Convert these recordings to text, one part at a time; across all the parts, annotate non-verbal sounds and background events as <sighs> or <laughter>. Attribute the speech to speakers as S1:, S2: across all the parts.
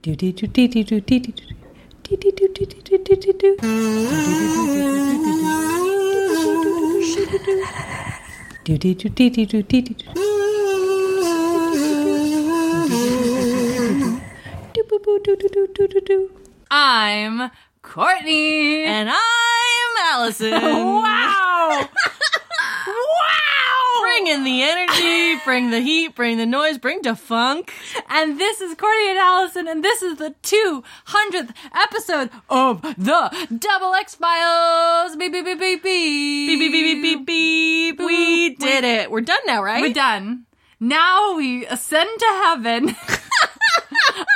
S1: Do do do do do do do do do. Do, do, do, do, do, do, do, do, do. Do, do, do, do, do, do, do, do, do. Do, boo, boo, do, do, do, do, do, do.
S2: I'm Courtney.
S3: And I'm
S2: <laughs>
S3: Allison.
S2: wow. wow.
S3: Bring in the energy, bring the heat, bring the noise, bring the funk.
S2: And this is Courtney and Allison, and this is the 200th episode of the Double X Files. Beep, beep, beep, beep,
S3: Beep, beep, beep, beep, beep, beep. We did it. We're done now, right?
S2: We're done. Now we ascend to
S3: <laughs>
S2: heaven.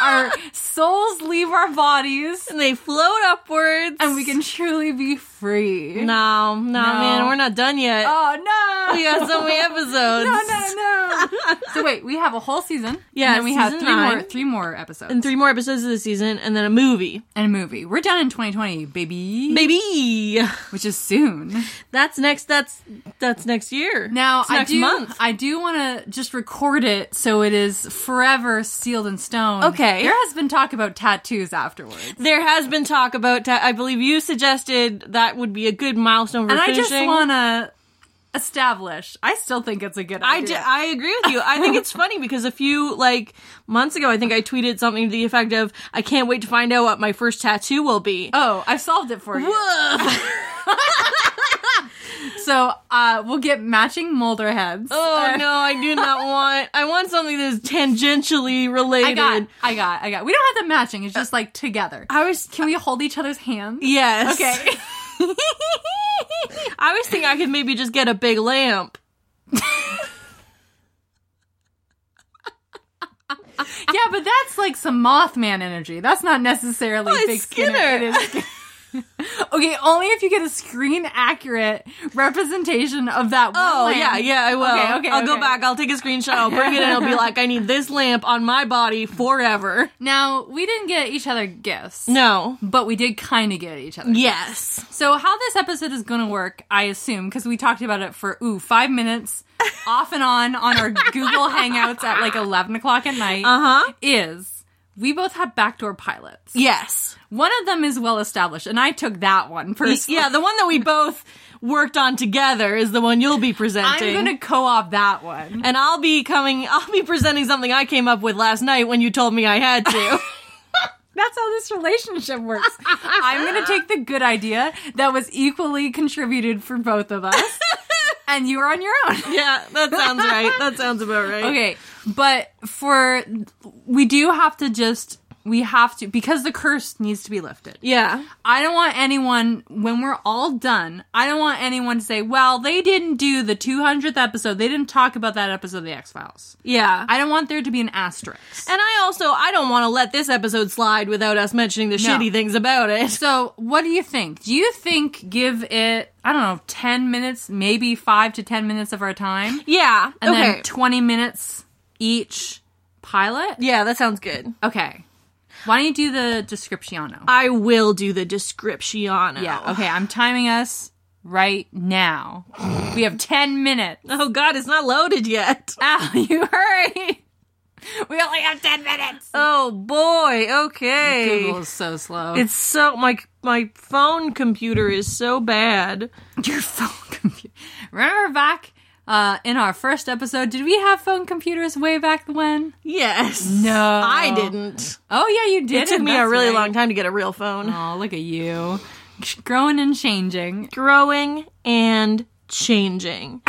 S2: our souls leave our bodies,
S3: And they float upwards.
S2: and we can truly be free.
S3: Oh, No, no, man, we're not done yet.
S2: Oh, no.
S3: We got so many episodes.
S2: No,
S3: <laughs>
S2: no, no. so wait, we have a whole season.
S3: Yeah,
S2: and then we have
S3: season
S2: three
S3: nine.
S2: more, three more episodes
S3: And three more episodes of the season, and then a movie.
S2: and a movie. We're done in 2020, baby,
S3: Baby.
S2: which is soon.
S3: That's next. That's that's next year.
S2: Now
S3: It's
S2: I
S3: next
S2: do,
S3: month.
S2: I do want to just record it so it is forever sealed in stone.
S3: Okay.
S2: there has been talk about tattoos afterwards,
S3: There has been talk about. ta- I believe you suggested that would be a good milestone. For
S2: and I
S3: finishing.
S2: just want to establish. I still think it's a good
S3: I,
S2: idea.
S3: d- I agree with you. I think it's funny because a few like months ago, I think I tweeted something to the effect of, "I can't wait to find out what my first tattoo will be."
S2: oh, I've solved it for you.
S3: Woof.
S2: So uh, we'll get matching Mulder heads.
S3: oh no, I do not want. I want something that's tangentially related.
S2: <laughs> I got, I got, I got. We don't have the matching. It's just like together.
S3: I was.
S2: Can we hold each other's hands?
S3: Yes. <laughs>
S2: Okay.
S3: I was thinking I could maybe just get a big lamp.
S2: yeah, but that's like some Mothman energy. That's not necessarily
S3: Oh, it's
S2: big
S3: Skinner.
S2: It is Skin- <laughs> okay, only if you get a screen accurate representation of that. one
S3: Oh
S2: lamp.
S3: yeah, yeah, I will.
S2: Okay, okay,
S3: I'll go
S2: okay.
S3: back. I'll take a screenshot. I'll bring it in. I'll be like, I need this lamp on my body forever.
S2: Now we didn't get each other gifts.
S3: <laughs> No.
S2: But we did kind of get each other.
S3: Yes.
S2: So how this episode is going to work, I assume, because we talked about it for ooh five
S3: <laughs>
S2: minutes, off and on on our Google Hangouts at like eleven o'clock at night.
S3: Uh huh.
S2: is we both have backdoor pilots.
S3: Yes.
S2: One of them is well established, and I took that one personally.
S3: Yeah, the one that we both worked on together is the one you'll be presenting.
S2: I'm gonna co-op that
S3: <laughs>
S2: one.
S3: and I'll be coming. I'll be presenting something I came up with last night when you told me I had to.
S2: That's how this relationship works. I'm gonna take the good idea that was equally contributed for both of
S3: <laughs>
S2: us, and you are on your own.
S3: <laughs> yeah, that sounds right. That sounds about right.
S2: Okay, but for we do have to just we have to because the curse needs to be lifted.
S3: Yeah.
S2: I don't want anyone, when we're all done, I don't want anyone to say, well, they didn't do the 200th episode. They didn't talk about that episode of The X Files.
S3: Yeah.
S2: I don't want there to be an asterisk.
S3: and I also I don't want to let this episode slide without us mentioning the
S2: No.
S3: shitty things about it. <laughs>
S2: So, what do you think? Do you think give it, I don't know, 10 minutes, maybe 5 to 10 minutes of our time?
S3: Yeah.
S2: And
S3: okay.
S2: then 20 minutes each pilot?
S3: yeah, that sounds good.
S2: Okay. Why don't you do the descriptiano?
S3: I will do the descriptiano.
S2: yeah, okay, I'm timing us right now. we have 10 minutes.
S3: Oh God, it's not
S2: <laughs>
S3: loaded yet.
S2: Al, you hurry. We only have 10 minutes.
S3: Oh boy. Okay.
S2: Google is so slow.
S3: It's so my my phone computer is so bad.
S2: your phone computer. Remember back uh, in our first episode, did we have phone computers way back when?
S3: Yes.
S2: No.
S3: I didn't.
S2: Oh, yeah, you did.
S3: It took me a really long time to get a real phone.
S2: Oh, look at you. Growing and changing.
S3: Growing and
S2: <laughs>
S3: changing.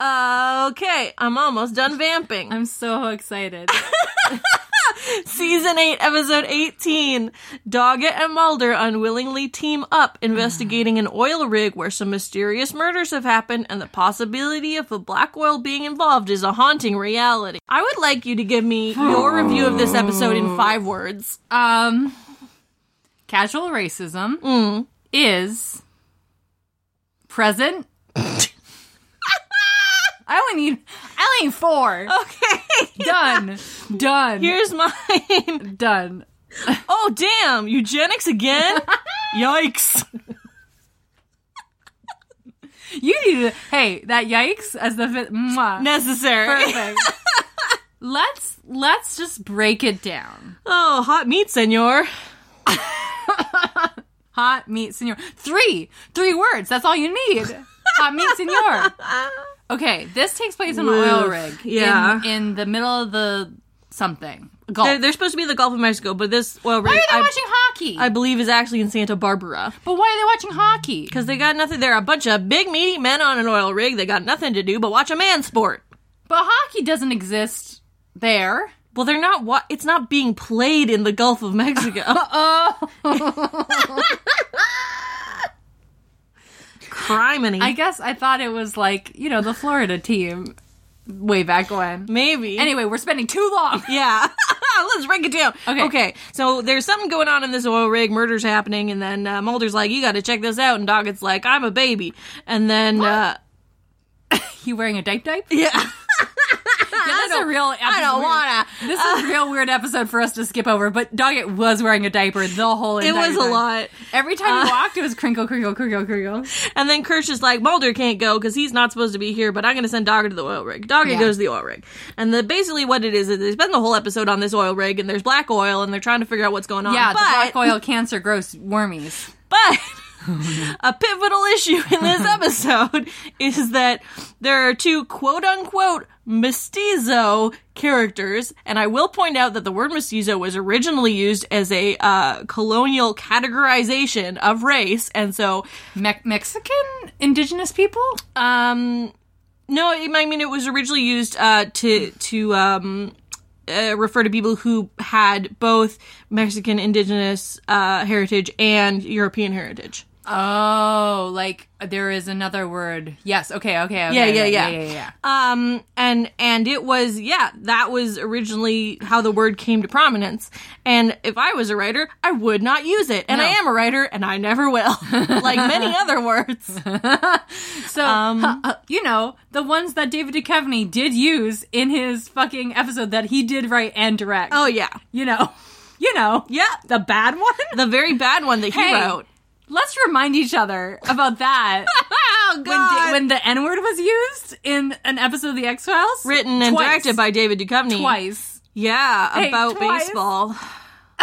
S3: okay, I'm almost done vamping.
S2: I'm so excited.
S3: Season 8, episode 18. Doggett and Mulder unwillingly team up, investigating an oil rig where some mysterious murders have happened, and the possibility of the black oil being involved is a haunting reality. I would like you to give me your review of this episode in five words.
S2: um, casual racism is present. I only need I only need four.
S3: Okay,
S2: done. Done.
S3: here's mine. <laughs>
S2: done.
S3: Oh, damn,
S2: <laughs>
S3: eugenics again? Yikes.
S2: You need to. Hey, that yikes as the. fi- Mwah.
S3: Necessary.
S2: Perfect. Let's let's just break it down.
S3: Oh, hot meat, senor.
S2: Hot meat senor. Three. Three words. That's all you need. Hot meat senor. Okay, this takes place on an oil
S3: Oof,
S2: rig.
S3: yeah.
S2: In, in the middle of the something. Gulf.
S3: They're, they're supposed to be in the Gulf of Mexico, but this well,
S2: why are they
S3: I,
S2: watching hockey?
S3: I believe is actually in Santa Barbara
S2: but why are they watching hockey?
S3: because they got nothing. They're a bunch of big meaty men on an oil rig. They got nothing to do but watch a man sport.
S2: But hockey doesn't exist there.
S3: Well, they're not. Wa- it's not being played in the Gulf of <laughs> Mexico.
S2: Oh,
S3: Criminy.
S2: I guess I thought it was like you know the Florida team way back when.
S3: Maybe.
S2: Anyway, we're spending too long. <laughs>
S3: Yeah. <laughs> Let's break it down.
S2: Okay.
S3: Okay. So there's something going on in this oil rig. Murder's happening. And then uh, Mulder's like, you got to check this out. And Doggett's like, I'm a baby. And then, uh,
S2: You wearing a diaper? diaper?
S3: <laughs> yeah.
S2: That's a real.
S3: I don't want to.
S2: This is a real weird episode for us to skip over, but Doggett was wearing a diaper the whole
S3: It
S2: entire
S3: was a
S2: time.
S3: lot.
S2: Every time he walked, it was crinkle, crinkle, crinkle, crinkle.
S3: And then Kirsch is like, Mulder can't go because he's not supposed to be here, but I'm going to send Dogger to the oil rig. Dogger
S2: Yeah.
S3: goes to the oil rig. And the, basically what it is is they spend the whole episode on this oil rig and there's black oil and they're trying to figure out what's going on.
S2: Yeah, the
S3: but,
S2: black <laughs> oil cancer gross wormies.
S3: But <laughs> a pivotal issue in this
S2: <laughs>
S3: episode is that there are two quote unquote mestizo characters, and I will point out that the word mestizo was originally used as a uh, colonial categorization of race, and so
S2: Me- Mexican indigenous people?
S3: um, no, I mean it was originally used uh, to to um, uh, refer to people who had both Mexican indigenous uh, heritage and European heritage.
S2: Oh, like there is another word. Yes. Okay. Okay. okay
S3: yeah, yeah,
S2: yeah.
S3: yeah,
S2: Yeah. yeah.
S3: Um, and and it was yeah, that was originally how the word came to prominence. And if I was a writer, I would not use it. And I am a writer, and I never will, <laughs>
S2: <laughs>
S3: like many other words.
S2: So, huh, uh, you know, the ones that David Duchovny did use in his fucking episode that he did write and direct.
S3: Oh yeah,
S2: you know, <laughs> you know,
S3: yeah,
S2: the bad one.
S3: the very bad one that he
S2: Hey.
S3: wrote.
S2: <laughs> Let's remind each other about <laughs> that
S3: Oh
S2: when, da- when the N word was used in an episode of The X Files,
S3: written and directed by David Duchovny.
S2: twice. <laughs>
S3: Yeah,
S2: Hey,
S3: about
S2: twice.
S3: baseball.
S2: Remember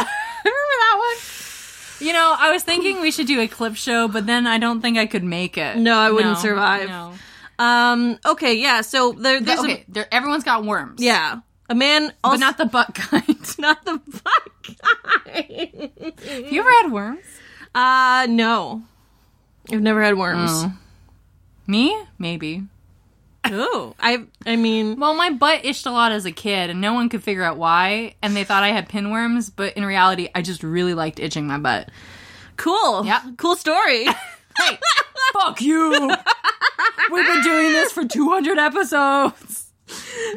S2: that one? You know, I was thinking we should do a clip show, but then I don't think I could make it.
S3: No, I wouldn't survive.
S2: no.
S3: Um. Okay. Yeah. So there, there's
S2: okay,
S3: a
S2: there, everyone's got worms.
S3: yeah a man also
S2: but not the butt <laughs> kind.
S3: <laughs> not the fuck guy.
S2: you ever had worms?
S3: Uh, no. I've never had worms.
S2: Oh. Me? Maybe.
S3: Oh, I I mean,
S2: Well, my butt itched a lot as a kid, and no one could figure out why. And they thought I had pinworms, but in reality, I just really liked itching my butt.
S3: cool.
S2: Yeah. <laughs>
S3: Cool story.
S2: Hey, fuck you! We've been doing this for 200 episodes.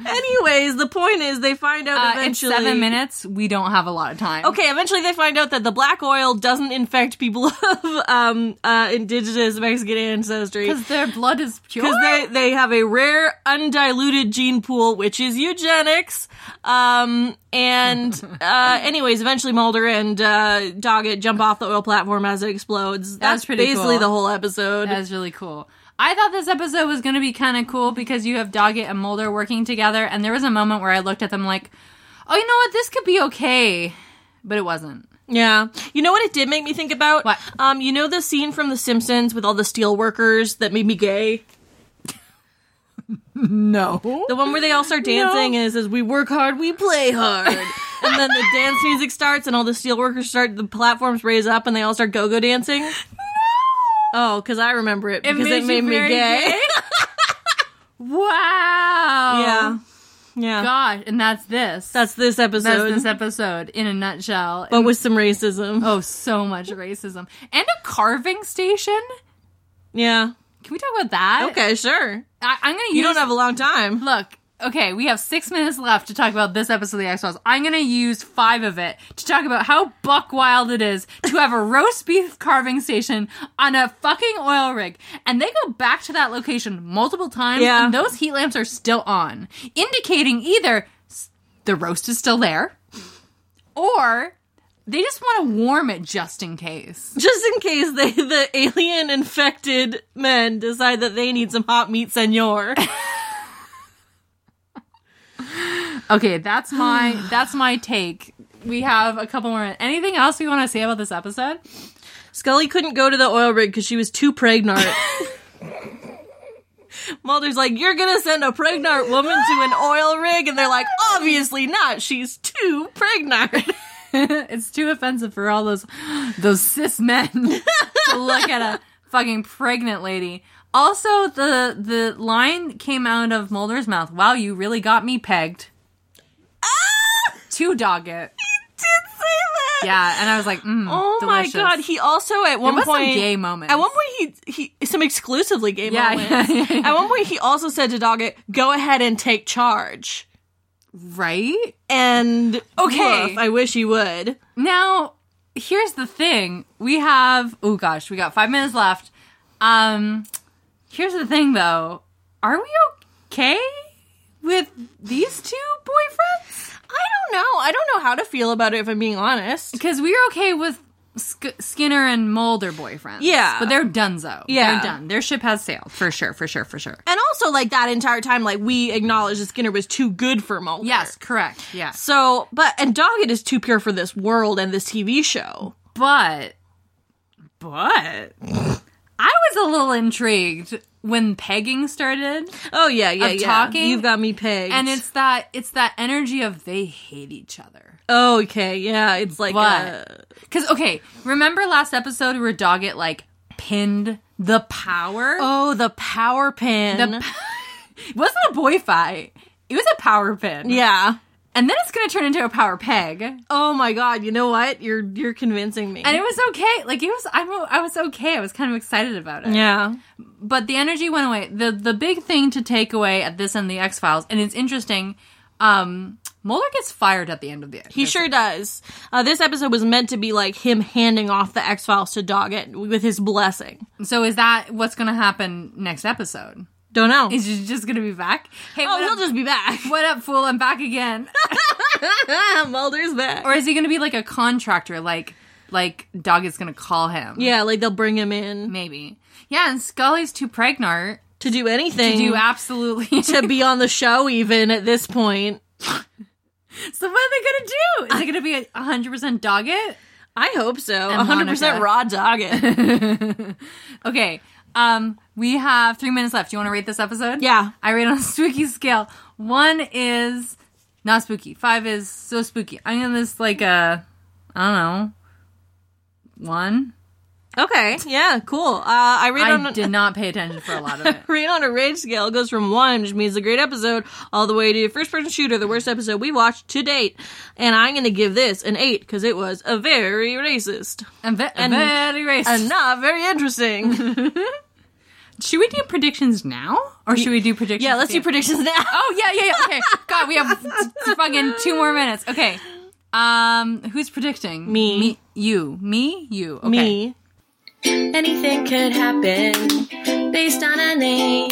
S3: Anyways, the point is they find out
S2: Uh, it's
S3: eventually
S2: seven minutes. We don't have a lot of time.
S3: Okay, eventually they find out that the black oil doesn't infect people <laughs> of um uh indigenous Mexican ancestry.
S2: Because their blood is pure.
S3: because they they have a rare undiluted gene pool, which is eugenics. Um, and
S2: <laughs>
S3: uh, anyways, eventually Mulder and uh, Doggett jump off the oil platform as it explodes. That's
S2: pretty
S3: basically
S2: cool.
S3: the whole episode.
S2: That's really cool. I thought this episode was going to be kind of cool because you have Doggett and Mulder working together, and there was a moment where I looked at them like, oh, you know what? This could be okay. But it wasn't.
S3: yeah, you know what it did make me think about?
S2: What?
S3: Um, you know the scene from The Simpsons with all the steel workers that made me gay.
S2: <laughs> No.
S3: The one where they all start dancing and it says, "We work hard, we
S2: <laughs>
S3: play hard." And then the dance music starts, and all the steel workers start. The platforms raise up, and they all start go-go dancing. No. Oh, because I remember it because it made,
S2: you
S3: me
S2: very
S3: gay.
S2: wow.
S3: <laughs> Yeah, yeah.
S2: Oh. Gosh, and that's this.
S3: That's this episode, Oh.
S2: That's this episode in a nutshell.
S3: but with some racism.
S2: oh, so much racism and a carving station.
S3: Yeah.
S2: Can we talk about that?
S3: Okay, sure.
S2: I, I'm gonna. Use,
S3: You don't have a long time.
S2: look. Okay, we have six minutes left to talk about this episode of the X Files. I'm gonna use five of it to talk about how buck wild it is to have a roast beef carving station on a fucking oil rig, and they go back to that location multiple times,
S3: Yeah.
S2: and those heat lamps are still on, indicating either s- the roast is still there, or they just want to warm it just in case.
S3: Just in case they, the alien infected men decide that they need some hot meat, senor.
S2: Okay, that's <sighs> my that's my take. We have a couple more. Anything else we want to say about this episode?
S3: Scully couldn't go to the oil rig because she was
S2: <laughs>
S3: too pregnant. Mulder's like, You're gonna send a pregnant woman to an oil rig? And they're like, Obviously not. She's too pregnant. <laughs>
S2: <laughs> it's too offensive for all those those cis men <laughs> to look at a fucking pregnant lady. Also, the the line came out of Mulder's mouth. Wow, you really got me pegged.
S3: Ah,
S2: To dog it. Yeah, and I was like, mm,
S3: Oh
S2: delicious.
S3: my god! He also at one
S2: was some
S3: point
S2: gay moments.
S3: At one point, he he some exclusively gay
S2: Yeah, <laughs>
S3: moments.
S2: yeah, yeah, yeah.
S3: At one point, he also said to Doggett, "Go ahead and take charge."
S2: right?
S3: And okay,
S2: Woof,
S3: I wish he would.
S2: Now, here's the thing. We have oh gosh, we got 5 minutes left. Um here's the thing though. Are we okay with these two boyfriends?
S3: I don't know. I don't know how to feel about it if I'm being honest.
S2: Cuz we're okay with Sk- Skinner and Mulder boyfriends.
S3: Yeah.
S2: But they're donezo.
S3: Yeah.
S2: They're done. Their ship has sailed for sure, for sure, for sure.
S3: And also, like that entire time, like we acknowledged that Skinner was too good for Mulder.
S2: Yes, correct. Yeah.
S3: So, but and Doggett is too pure for this world and this TV show.
S2: But
S3: <laughs>
S2: but I was a little intrigued when pegging started.
S3: Oh yeah, yeah,
S2: Of
S3: yeah.
S2: talking-
S3: You've got me pegged.
S2: and it's that it's that energy of they hate each other
S3: oh, okay, yeah. It's like
S2: But-
S3: uh,
S2: because okay remember last episode where doggett like pinned the power
S3: oh, the power pin.
S2: The it wasn't a boy fight it was a power pin
S3: yeah.
S2: and then it's gonna turn into a power peg and
S3: Oh my god, you know what? You're you're convincing me.
S2: it was okay like it was I'm, i was okay i was kind of excited about it
S3: yeah.
S2: but the energy went away the the big thing to take away at this end of the x-files and it's interesting um Mulder gets fired at the end of the
S3: He sure does. Uh, this episode was meant to be like him handing off the X Files to Doggett with his blessing.
S2: so is that what's gonna happen next episode
S3: Don't know.
S2: Is he just gonna be back? Hey,
S3: oh,
S2: what,
S3: he'll
S2: up,
S3: just be back. <laughs>
S2: what up, fool? I'm back again.
S3: Mulder's back.
S2: or is he gonna be like a contractor, like like Dog is gonna call him?
S3: yeah, like they'll bring him in
S2: maybe. Yeah, and Scully's too pregnant
S3: to do
S2: to
S3: anything.
S2: do absolutely. <laughs> so what
S3: <laughs> to be on the show even at this point.
S2: are they gonna do? Is it gonna be a hundred percent Dog it?
S3: I hope so.
S2: And
S3: 100%
S2: Monica.
S3: raw Doggett.
S2: <laughs> Okay. Um, we have three minutes left. Do you want to rate this episode?
S3: Yeah.
S2: I rate on a <laughs> spooky scale. One is not spooky. Five is so spooky. I'm gonna this like a, I don't know, one.
S3: okay. Yeah, cool. Uh, I read on
S2: I did not pay attention for a lot of it.
S3: <laughs> Rain on a rage scale goes from one, which means a great episode, all the way to first person shooter, the worst episode we watched to date. And I'm going to give this an eight because it was a very racist
S2: And, ve- and very racist.
S3: and not very interesting.
S2: should we do predictions now, or should we do predictions?
S3: <laughs> yeah, let's do
S2: predictions.
S3: predictions now.
S2: oh yeah, yeah, <laughs> yeah. Okay, God, we have t- fucking two more minutes. Okay, um, who's predicting?
S3: Me.
S2: you, me, you. Okay.
S3: Me.
S4: Anything could happen based on a name.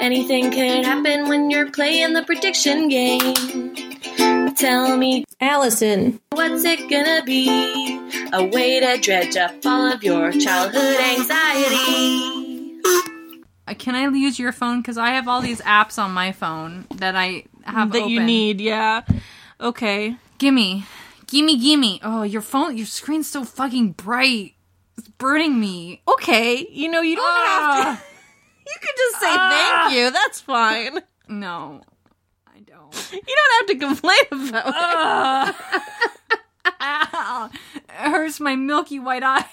S4: Anything could happen when you're playing the prediction game. Tell me, Allison, what's it gonna be? A way to dredge up all of your childhood anxiety.
S2: Uh, Can I use your phone? Because I have all these apps on my phone that I have
S3: That you
S2: open.
S3: need, yeah. Okay.
S2: Gimme, gimme, gimme. Oh, your phone, your screen's so fucking bright. It's burning me.
S3: Okay. You know, you don't have to.
S2: Ah.
S3: You could just say
S4: Ah.
S3: thank you. That's fine. You
S2: No, I don't.
S3: don't have to complain about it.
S4: Ah.
S2: Ow. It hurts my milky white eyes.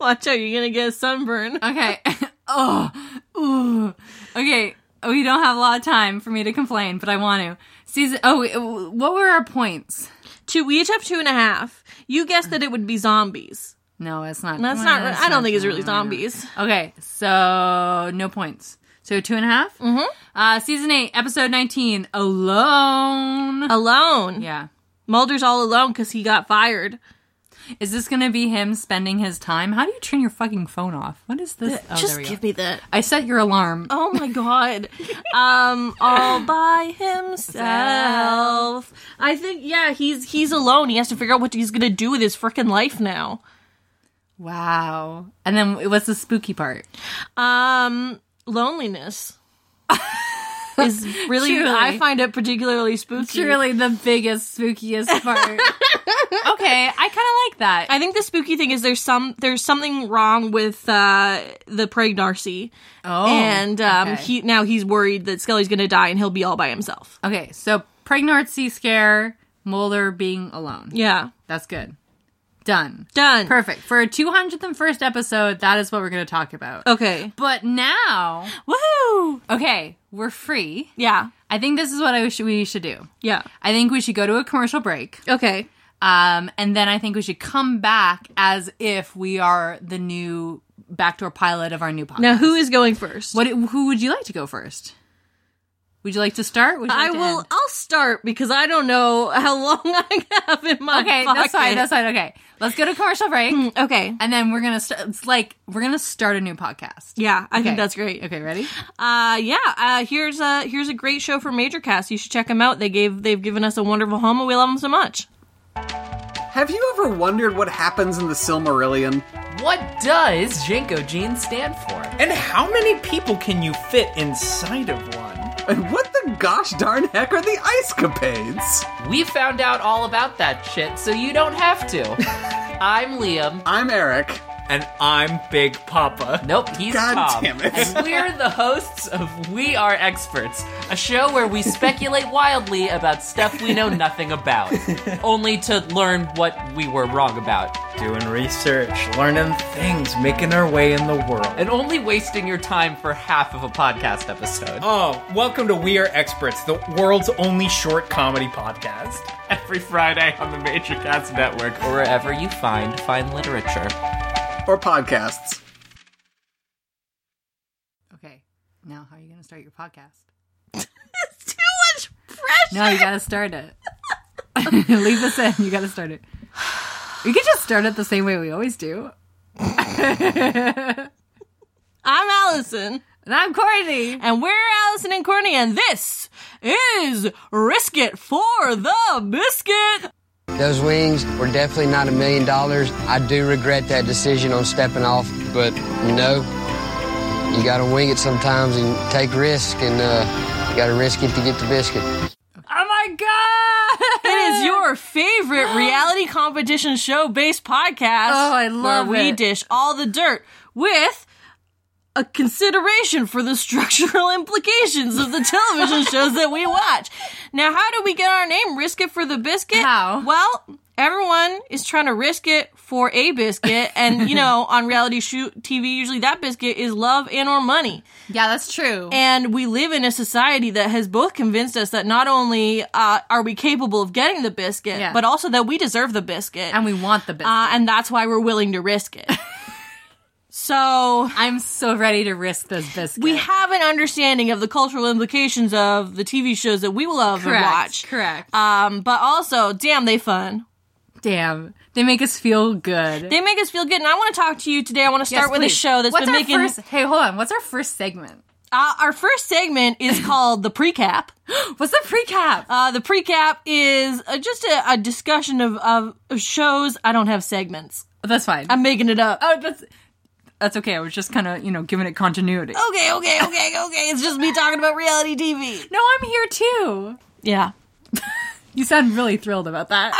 S3: Watch out, you're going to get a sunburn.
S2: Okay. <laughs> oh. Ooh. Okay. We don't have a lot of time for me to complain, but I want to. Season. Oh, wait, what were our points?
S3: Two, we each have two and a half. You guessed that it would be zombies.
S2: No, it's Oh, not.
S3: That's
S2: well,
S3: not.
S2: it's
S3: I don't think it's really
S2: no, no, no.
S3: zombies.
S2: Okay, so no points. So two and a half. Mm-hmm. Uh, season eight, episode nineteen, alone.
S3: Alone.
S2: yeah.
S3: Mulder's all alone because he got fired.
S2: Is this gonna be him spending his time? How do you turn your fucking phone off? What is this? Oh, there
S3: Just
S2: we
S3: give
S2: go.
S3: me the.
S2: I set your alarm.
S3: Oh my god. um, all by himself. I think yeah, he's he's alone. He has to figure out what he's gonna do with his freaking life now.
S2: Wow. And then what's the spooky part?
S3: <laughs> Um, loneliness. is really
S2: Truly.
S3: I find it particularly spooky.
S2: Surely the biggest, spookiest
S3: <laughs>
S2: part. okay, I kind of like that.
S3: I think the spooky thing is there's some there's something wrong with uh, the pregnancy,
S2: oh,
S3: and um,
S2: okay.
S3: he now he's worried that Skelly's gonna die and he'll be all by himself.
S2: Okay, so pregnancy scare, Mulder being alone.
S3: Yeah,
S2: That's good. Done.
S3: done.
S2: Perfect. For a 201st episode, that is what we're going to talk about.
S3: Okay.
S2: But now,
S3: Woohoo!
S2: okay, we're free.
S3: Yeah.
S2: I think this is what I should, we should do.
S3: Yeah.
S2: I think we should go to a commercial break.
S3: Okay.
S2: Um, and then I think we should come back as if we are the new backdoor pilot of our new podcast.
S3: Now who is going first?
S2: What? Who would you like to go first? Would you like to start? Would you like
S3: I
S2: to
S3: will.
S2: end?
S3: I'll start because I don't know how long <laughs> I have in
S2: <laughs>
S3: my.
S2: Okay,
S3: pocket.
S2: that's fine. That's fine. Okay, let's go to commercial <laughs> break,
S3: Mm, okay.
S2: and then we're gonna. St- it's like we're gonna start a new podcast.
S3: Yeah, I
S2: Okay.
S3: think that's great.
S2: Okay, ready?
S3: Uh, yeah. Uh, here's a here's a great show for Major Cast. You should check them out. They gave they've given us a wonderful home, and we love them so much.
S5: Have you ever wondered what happens in the Silmarillion?
S6: What does Jenko Gene stand for?
S7: And how many people can you fit inside of one?
S5: And what the gosh darn heck are the ice capades?
S6: We found out all about that shit, so you don't have
S5: <laughs>
S6: to. I'm Liam.
S5: I'm Eric.
S7: And I'm Big Papa.
S6: Nope, he's
S5: God
S6: Tom.
S5: damn it.
S6: And we're the hosts of We Are Experts, a show where we speculate wildly about stuff we know nothing about, only to learn what we were wrong about,
S7: Doing research, learning things, making our way in the world.
S6: and only wasting your time for half of a podcast episode.
S7: Oh, welcome to We Are Experts, the world's only short comedy podcast.
S6: Every Friday on the Major Cast Network, or wherever you find fine literature.
S5: Or podcasts.
S2: Okay. Now, how are you gonna start your podcast?
S3: It's too much pressure.
S2: No, you gotta start it. <laughs> Leave this in. You gotta start it. We could just start it the same way we always do.
S3: I'm Allison,
S2: And I'm Courtney.
S3: and we're Allison and Courtney, and this is Risk It for the Biscuit.
S8: Those wings were definitely not a million dollars. I do regret that decision on stepping off, but you know, you got to wing it sometimes and take risk, and uh, you got to risk it to get the biscuit.
S2: Oh my god!
S3: It is
S2: <gasps>
S3: your favorite reality competition show based podcast.
S2: Oh, I love
S3: where we
S2: it.
S3: dish all the dirt with a consideration for the <laughs> structural implications of the television shows that we watch. Now, how do we get our name Risk It for the Biscuit?
S2: How?
S3: Well, everyone is trying to risk it for a biscuit
S2: <laughs>
S3: and you know, on reality shoot TV usually that biscuit is love and or money.
S2: <laughs> Yeah, that's true.
S3: And we live in a society that has both convinced us that not only uh, are we capable of getting the biscuit,
S2: Yeah.
S3: but also that we deserve the biscuit.
S2: And we want the best.
S3: uh, and that's why we're willing to
S2: <laughs>
S3: risk it. so
S2: I'm so ready to risk this biscuit.
S3: we have an understanding of the cultural implications of the TV shows that we love
S2: correct,
S3: and watch.
S2: Correct.
S3: Um, but also, damn, they fun.
S2: Damn, they make us feel good.
S3: They make us feel good. And I want to talk to you today. I want to
S2: Yes,
S3: start with
S2: please.
S3: a show that's
S2: What's
S3: been
S2: our
S3: making.
S2: First, hey, hold on. What's our first segment?
S3: uh, our first segment is called The Precap.
S2: What's the precap?
S3: Uh, the precap is uh, just a, a discussion of, of of shows. I don't have segments.
S2: Oh, that's fine.
S3: I'm making it up.
S2: oh, <laughs> that's that's okay. I was just kind of you know giving it continuity.
S3: Okay, okay, okay, okay. It's just me talking about reality TV.
S2: No, I'm here too.
S3: Yeah.
S2: You sound really thrilled about
S3: <laughs>
S2: that.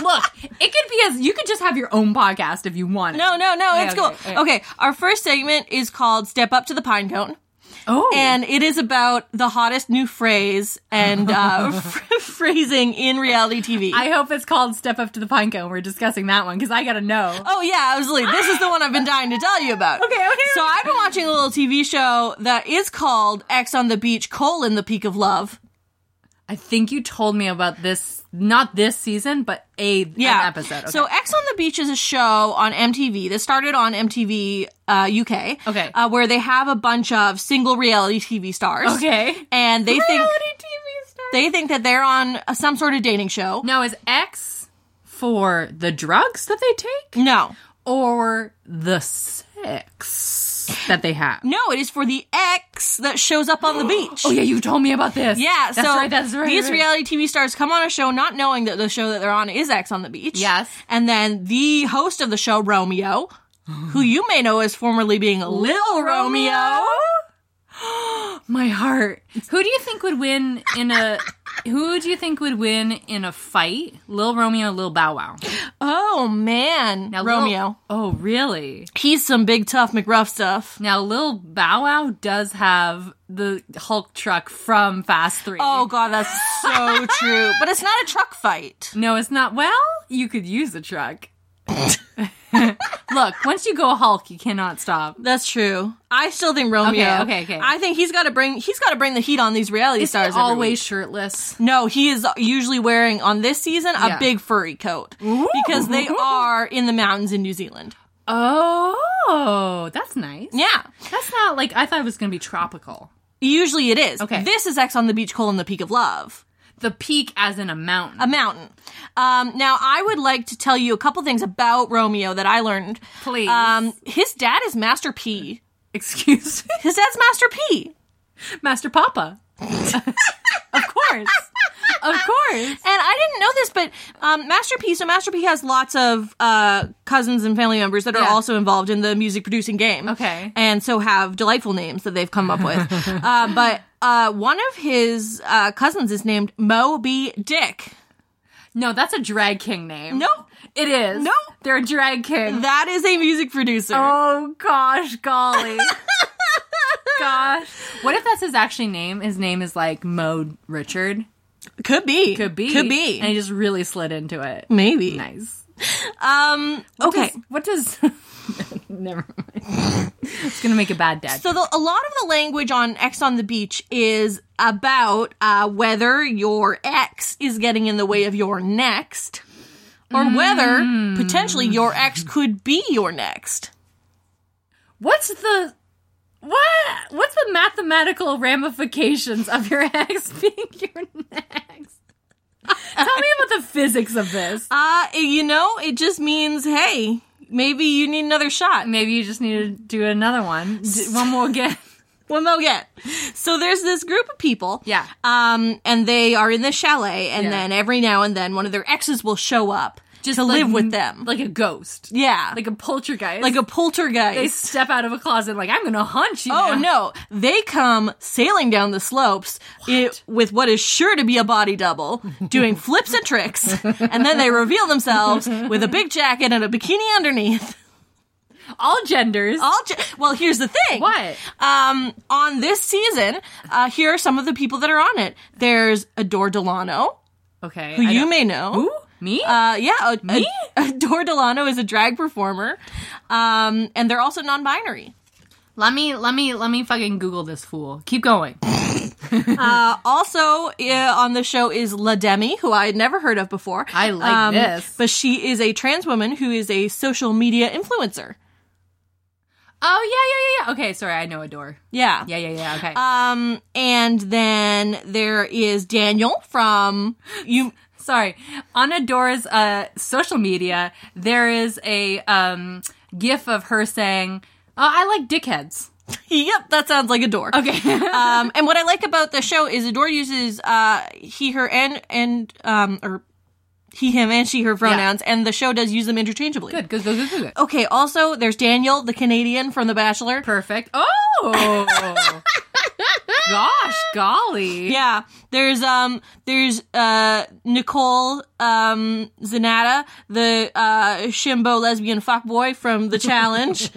S2: Look, it could be as you could just have your own podcast if you want.
S3: No, no, no. It's
S2: okay,
S3: cool.
S2: okay.
S3: Okay, our first segment is called "Step Up to the Pine Cone."
S2: Oh,
S3: and it is about the hottest new phrase and uh, <laughs> phrasing in reality TV.
S2: I hope it's called "Step Up to the Pine Cone." We're discussing that one because I gotta know.
S3: Oh yeah, absolutely. This is the one I've been dying to tell you about.
S2: Okay, okay,
S3: So
S2: okay.
S3: I've been watching a little TV show that is called X on the Beach: colon the Peak of Love.
S2: I think you told me about this, not this season, but a an episode. Okay.
S3: So X on the Beach is a show on MTV that started on MTV uh, UK.
S2: Okay.
S3: Uh, where they have a bunch of single reality TV stars.
S2: okay.
S3: And they think
S2: TV star.
S3: they think that they're on uh, some sort of dating show.
S2: Now is X for the drugs that they take
S3: No.
S2: or the sex that they have?
S3: No, it is for the X that shows up on the beach.
S2: <gasps> Oh yeah, you told me about this.
S3: Yeah,
S2: that's
S3: so
S2: right. That's right.
S3: these
S2: right.
S3: reality TV stars come on a show not knowing that the show that they're on is X on the Beach.
S2: Yes.
S3: And then the host of the show, Romeo, who you may know as formerly being Lil Romeo,
S2: <gasps> My heart. Who do you think would win in a? Who do you think would win in a fight? Lil Romeo, or Lil Bow Wow.
S3: Oh man,
S2: Now, Lil-
S3: Romeo.
S2: oh, really?
S3: He's some big tough McRuff stuff.
S2: Now, Lil Bow Wow does have the Hulk truck from Fast Three.
S3: Oh god, that's
S2: <laughs>
S3: so true. But it's not a truck fight.
S2: no, it's not. Well, you could use the truck. <laughs> Look, once you go Hulk, you cannot stop.
S3: That's true. I still think Romeo.
S2: Okay, okay, okay.
S3: I think he's got to bring he's got to bring the heat on these reality
S2: Is he
S3: stars. every
S2: always
S3: week.
S2: shirtless?
S3: No, he is usually wearing on this season a
S2: Yeah.
S3: big furry coat because they are in the mountains in New Zealand.
S2: Oh, that's nice.
S3: Yeah,
S2: That's not like I thought it was going to be tropical.
S3: usually it is.
S2: Okay.
S3: this is X on the beach, cold on the peak of love.
S2: The peak, as in a mountain. <laughs>
S3: a mountain. Um, now, I would like to tell you a couple things about Romeo that I learned.
S2: Please.
S3: Um, his dad is Master P.
S2: Excuse me,
S3: His dad's Master P.
S2: Master Papa. <laughs> of course, of course.
S3: And I didn't know this, but um, Master P. So Master P. has lots of uh, cousins and family members that are
S2: Yeah.
S3: also involved in the music producing game.
S2: Okay.
S3: and so have delightful names that they've come
S2: <laughs>
S3: up with. uh, but uh, one of his uh, cousins is named Moby Dick.
S2: No, that's a drag king name.
S3: Nope.
S2: it is.
S3: Nope.
S2: they're a drag king.
S3: That is a music producer.
S2: oh gosh, <laughs> golly. gosh, what if that's his actually name? His name is like Mo Richard.
S3: Could be.
S2: Could be.
S3: Could be.
S2: And he just really slid into it.
S3: Maybe.
S2: Nice.
S3: Um. Okay.
S2: What does? <laughs> Never mind. It's gonna make a bad dad.
S3: So the, a lot of the language on X on the Beach is about uh, whether your ex is getting in the way of your next, or
S2: Mm.
S3: whether potentially your ex could be your next.
S2: What's the what? What's the mathematical ramifications of your <laughs> ex being your next? Tell me about the physics of this.
S3: Uh, you know, it just means hey, maybe you need another shot.
S2: Maybe you just need to do another one, D- one more
S3: <laughs>
S2: again.
S3: One more get. So there's this group of people.
S2: Yeah.
S3: Um, and they are in the chalet, and
S2: Yeah.
S3: then every now and then one of their exes will show up
S2: Just
S3: to live
S2: like-
S3: with them.
S2: like a ghost,
S3: yeah.
S2: like a poltergeist,
S3: like a poltergeist.
S2: They step out of a closet, like I'm gonna hunt you.
S3: Oh
S2: now."
S3: no, they come sailing down the slopes i with what is sure to be a body double, doing flips and tricks, and then they reveal themselves with a big jacket and a bikini underneath.
S2: All genders.
S3: All j- well, here's the thing.
S2: What?
S3: Um, on this season, uh, here are some of the people that are on it. There's Adore Delano,
S2: okay.
S3: who
S2: I
S3: you
S2: don't-
S3: may know.
S2: Who? Me?
S3: Uh, yeah, a, Me? <laughs> Adore Delano is a drag performer, um, and they're also non-binary.
S2: let me let me let me fucking Google this fool. Keep going.
S3: Also uh, on the show is La Demi, who I had never heard of before. Um,
S2: I like this.
S3: But she is a trans woman who is a social media influencer.
S2: Oh yeah yeah yeah yeah. Okay, sorry, I know a door.
S3: Yeah.
S2: Yeah yeah yeah. Okay.
S3: Um, and then there is Daniel from you.
S2: sorry on adora's uh social media there is a um gif of her saying oh i like dickheads
S3: Yep, that sounds like a door.
S2: okay <laughs>
S3: Um, and what I like about the show is Adore uses uh he, her, and and um or he, him, and she, her pronouns, and the show does use them interchangeably.
S2: good good good good good, good.
S3: Okay. Also, there's Daniel, the Canadian from The Bachelor.
S2: perfect <laughs> oh gosh golly
S3: Yeah, there's um there's uh Nicole um Zanata, the uh shimbo lesbian fuckboy from
S2: <laughs>
S3: the challenge.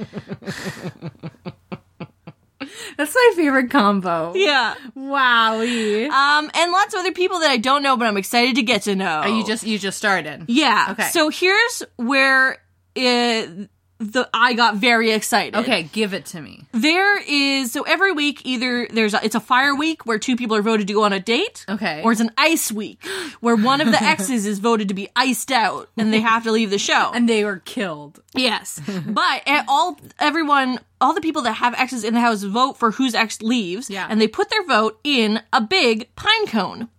S2: that's my favorite combo
S3: yeah.
S2: wowie
S3: Um and lots of other people that I don't know but I'm excited to get to know.
S2: Oh, you just you just started
S3: Yeah.
S2: Okay.
S3: So here's where uh the I got very excited.
S2: okay give it to me
S3: There is so every week either there's a, it's a fire week where two people are voted to go on a date.
S2: Okay.
S3: Or it's an ice week where one
S2: <laughs>
S3: of the exes is voted to be iced out and they have to leave the show.
S2: and they were killed
S3: Yes, but and all everyone, all the people that have exes in the house vote for whose ex leaves,
S2: Yeah.
S3: and they put their vote in a big pine cone.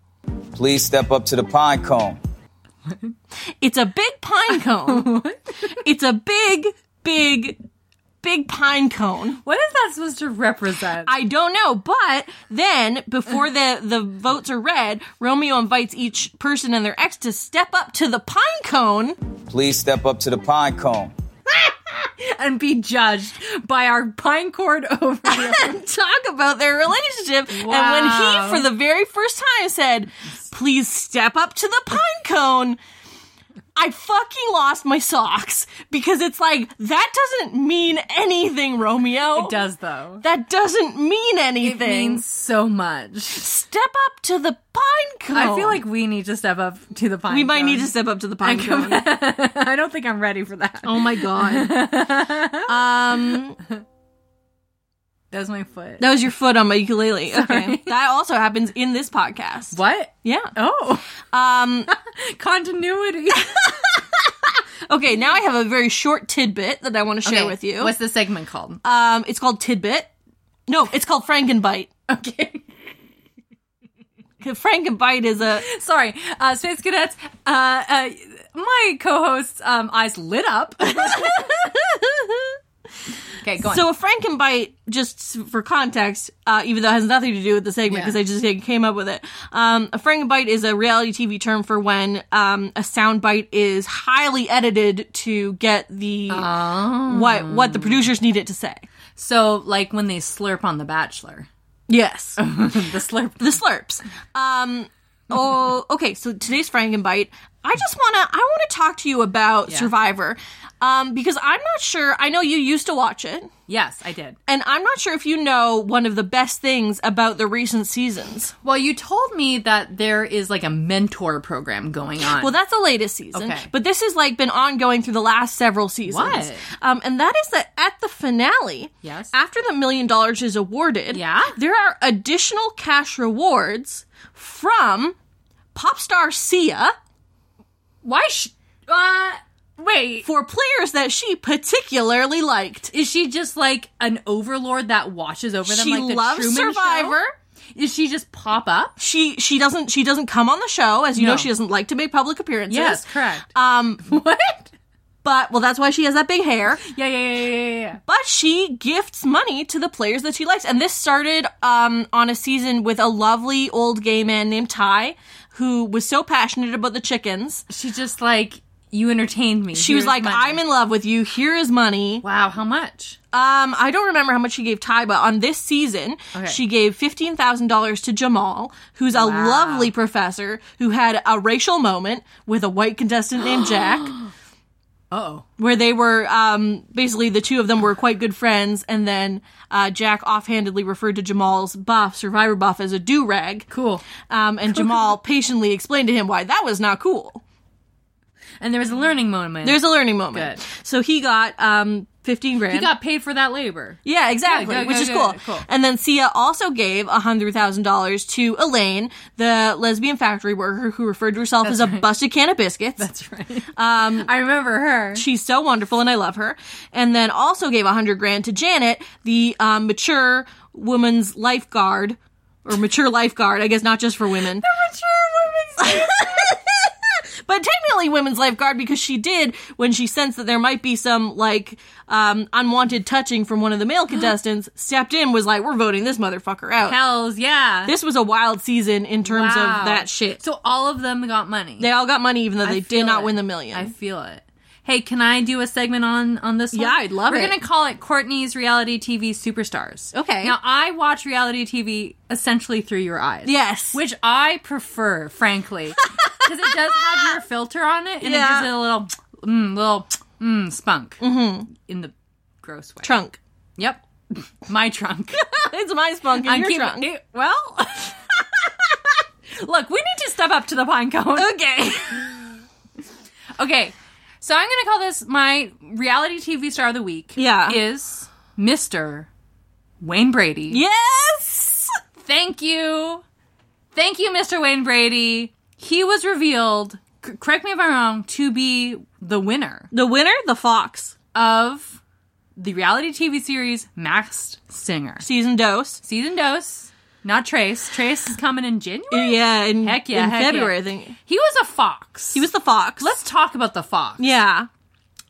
S9: Please step up to the pine cone.
S3: It's a big pine cone. it's a big, big, big pine cone.
S2: what is that supposed to represent
S3: I don't know, but then before the the votes are read, Romeo invites each person and their ex to step up to the pine cone.
S9: Please step up to the pine cone.
S2: and be judged by our pine cord over here.
S3: <laughs> talk about their relationship.
S2: Wow.
S3: And when he, for the very first time, said, Please step up to the pine cone, I fucking lost my socks because it's like, that doesn't mean anything,
S2: <laughs>
S3: Romeo.
S2: It does though.
S3: That doesn't mean
S2: It
S3: anything.
S2: means so much.
S3: step up to the pine cone.
S2: I feel like we need to step up to the pine.
S3: we might
S2: cone.
S3: need to step up to the pine cone.
S2: <laughs> I don't think I'm ready for that.
S3: Oh my god. <laughs> um,
S2: That was my foot.
S3: that was your foot on my ukulele. Okay, that also happens in this podcast.
S2: What?
S3: Yeah.
S2: Oh,
S3: Um.
S2: <laughs> continuity.
S3: Okay. Now I have a very short tidbit that I want to share with you.
S2: What's the segment called?
S3: um. It's called tidbit. No, it's called Frankenbite.
S2: Okay.
S3: <laughs> Frankenbite is a
S2: Sorry, uh, Space Cadets. Uh, uh, my co-host's um, eyes lit up. <laughs> okay, go on.
S3: so a Frankenbite. Just for context, uh, even though it has nothing to do with the segment
S2: Yeah.
S3: because I just like, came up with it. Um, a Frankenbite is a reality TV term for when um, a soundbite is highly edited to get the
S2: Ah.
S3: what what the producers need it to say.
S2: so like when they slurp on The Bachelor,
S3: <laughs> Yes.
S2: the slurp.
S3: the slurps. Um, oh, okay. So today's Frankenbite. I just wanna I wanna talk to you about Survivor, um, because I'm not sure. I know you used to watch it,
S2: Yes, I did.
S3: and I'm not sure if you know one of the best things about the recent seasons.
S2: Well, you told me that there is like a mentor program going on.
S3: Well, that's the latest season,
S2: Okay.
S3: but this has like been ongoing through the last several seasons.
S2: What?
S3: Um, and that is that at the finale,
S2: Yes.
S3: after the million dollars is awarded,
S2: Yeah.
S3: there are additional cash rewards from pop star Sia.
S2: why? Sh- uh, wait.
S3: for players that she particularly liked.
S2: Is she just like an overlord that watches over them?
S3: She
S2: like the
S3: loves
S2: Truman Show?
S3: Survivor.
S2: Is she just pop up?
S3: She she doesn't she doesn't come on the show as you
S2: No.
S3: know she doesn't like to make public appearances.
S2: Yes, correct.
S3: Um,
S2: <laughs> what?
S3: but well, that's why she has that big hair.
S2: Yeah, yeah, yeah, yeah, yeah, yeah.
S3: But she gifts money to the players that she likes, and this started um on a season with a lovely old gay man named Ty, who was so passionate about the chickens.
S2: She just like you entertained me.
S3: She was like, "I'm in love with you. Here is money."
S2: Wow, how much?
S3: Um, I don't remember how much she gave Ty, but on this season,
S2: Okay.
S3: she gave fifteen thousand dollars to Jamal, who's a lovely professor who had a racial moment with a white contestant
S2: <gasps>
S3: named Jack,
S2: Oh,
S3: where they were um, basically the two of them were quite good friends, and then uh, Jack offhandedly referred to Jamal's buff, survivor buff, as a do rag.
S2: cool.
S3: Um,
S2: <laughs>
S3: and Jamal patiently explained to him why that was not cool.
S2: And there was a learning moment.
S3: There's a learning moment.
S2: Good.
S3: So he got um, fifteen grand.
S2: you got paid for that labor.
S3: Yeah, exactly,
S2: Good, good,
S3: which
S2: good,
S3: is
S2: good,
S3: cool.
S2: cool.
S3: And then Sia also gave $100,000 to Elaine, the lesbian factory worker who referred to herself as a busted can of biscuits.
S2: <laughs> That's right. Um, I remember her.
S3: She's so wonderful and I love her. And then also gave 100 grand to Janet, the um, mature woman's lifeguard or mature lifeguard, I guess not just for
S2: <laughs>
S3: women. <laughs> but technically women's lifeguard because she did when she sensed that there might be some like um, unwanted touching from one of the
S2: <gasps>
S3: male contestants stepped in was like we're voting this motherfucker out
S2: Hells yeah.
S3: this was a wild season in terms
S2: Wow.
S3: of that shit
S2: So all of them got money.
S3: they all got money even though
S2: I
S3: they did
S2: feel
S3: not
S2: it.
S3: win the million
S2: I feel it. Hey, can I do a segment on on this?
S3: Yeah,
S2: one?
S3: I'd love
S2: We're
S3: it.
S2: gonna call it Courtney's reality TV superstars.
S3: Okay.
S2: Now I watch reality TV essentially through your eyes.
S3: Yes.
S2: Which I prefer,
S3: <laughs>
S2: frankly, because it does have your filter on it, and it
S3: Yeah.
S2: gives it a little, mm, little, mm, spunk
S3: Mm-hmm.
S2: in the gross way.
S3: trunk
S2: Yep. <laughs> My trunk. <laughs>
S3: it's my spunk in
S2: I'm
S3: your
S2: keeping-
S3: trunk
S2: it- well. <laughs> Look, we need to step up to the pine cone.
S3: <laughs> okay
S2: <laughs> Okay, so I'm gonna call this my reality TV star of the week.
S3: Yeah.
S2: is Mr. Wayne Brady.
S3: yes
S2: Thank you, thank you, Mr. Wayne Brady. He was revealed. c- correct me if I'm wrong. To be the winner
S3: the winner the fox
S2: of the reality TV series Masked Singer
S3: season dose
S2: season dose. Not Trace. Trace is coming in January.
S3: yeah in,
S2: Heck yeah,
S3: in
S2: heck
S3: february
S2: yeah.
S3: i think
S2: He was a fox.
S3: he was the fox
S2: Let's talk about the fox.
S3: yeah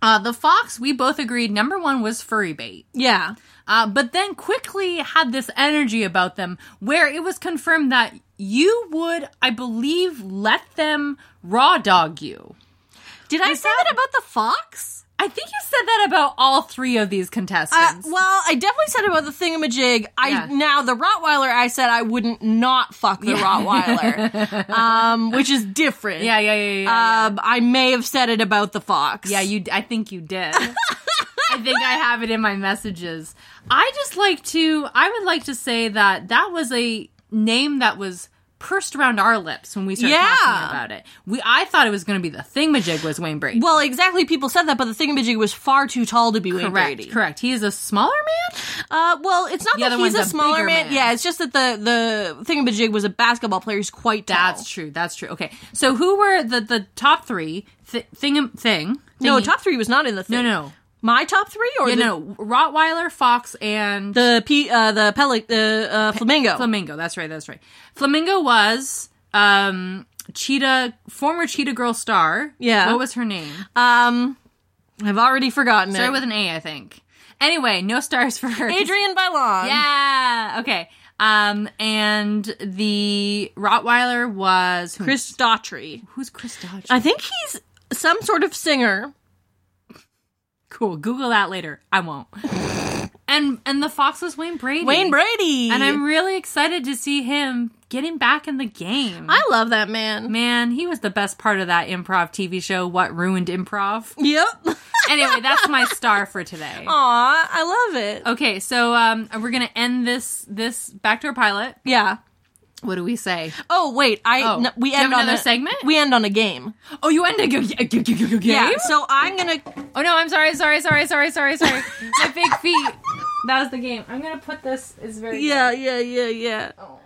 S2: Uh, the fox, we both agreed, number one was furry bait.
S3: yeah
S2: Uh, but then quickly had this energy about them where it was confirmed that you would, I believe, let them raw dog you.
S3: Did I say that about the fox?
S2: I think you said that about all three of these
S3: Uh,
S2: contestants.
S3: well, I definitely said about the thingamajig. I
S2: Yeah.
S3: now the Rottweiler. I said I wouldn't not fuck the
S2: <laughs>
S3: Rottweiler, um, which is different.
S2: yeah, yeah, yeah, yeah. yeah.
S3: Um, I may have said it about the fox.
S2: Yeah, you. I think you did. I think I have it in my messages. I just like to. I would like to say that that was a name that was pursed around our lips when we started
S3: Yeah.
S2: talking about it. We. I thought it was going to be the thingamajig was Wayne Brady.
S3: Well, exactly. People said that, but the thingamajig was far too tall to be Wayne
S2: correct.
S3: Brady.
S2: Correct. He is a smaller man.
S3: Uh, well, it's not
S2: The
S3: that
S2: other
S3: he's
S2: one's
S3: a
S2: a
S3: smaller
S2: bigger
S3: man.
S2: man.
S3: Yeah, it's just that the the thingamajig was a basketball player. He's quite tall.
S2: That's true. That's true. Okay. So who were the the top three th- thing thing?
S3: No,
S2: thingy-
S3: top three was not in the thing.
S2: No, no.
S3: My top three or
S2: Yeah,
S3: the,
S2: no, no. Rottweiler, Fox, and
S3: the pe- uh, the pelic the uh, flamingo.
S2: Flamingo. That's right. That's right. Flamingo was um Cheetah, former Cheetah Girl star.
S3: Yeah.
S2: What was her name?
S3: um, I've already forgotten
S2: Started
S3: it.
S2: with an A, I think. Anyway, no stars for her.
S3: Adrian
S2: <laughs>
S3: Bylon.
S2: Yeah. Okay. Um, and the Rottweiler was who,
S3: Chris Daughtry.
S2: Who's Chris Dodge?
S3: I think he's some sort of singer.
S2: cool. Google that later. I
S3: <laughs>
S2: won't. and and the fox was Wayne Brady.
S3: Wayne Brady.
S2: And I'm really excited to see him getting back in the game.
S3: I love that man.
S2: Man, he was the best part of that improv TV show, What Ruined Improv.
S3: Yep. <laughs>
S2: anyway, that's my star for <laughs> today.
S3: Aw, I love it.
S2: Okay, so um, we're gonna end this this backdoor pilot.
S3: Yeah.
S2: What do we say?
S3: Oh wait, I
S2: Oh.
S3: no, we
S2: Do you
S3: end
S2: have
S3: on
S2: another
S3: a,
S2: segment?
S3: We end on a game.
S2: Oh, you end a g- g- g- g- g- game?
S3: Yeah. So I'm gonna.
S2: Oh no, I'm sorry, sorry, sorry, sorry, sorry, sorry. my big feet. That was the game. I'm gonna put this. Is very
S3: Yeah, yeah, yeah, yeah.
S2: Oh,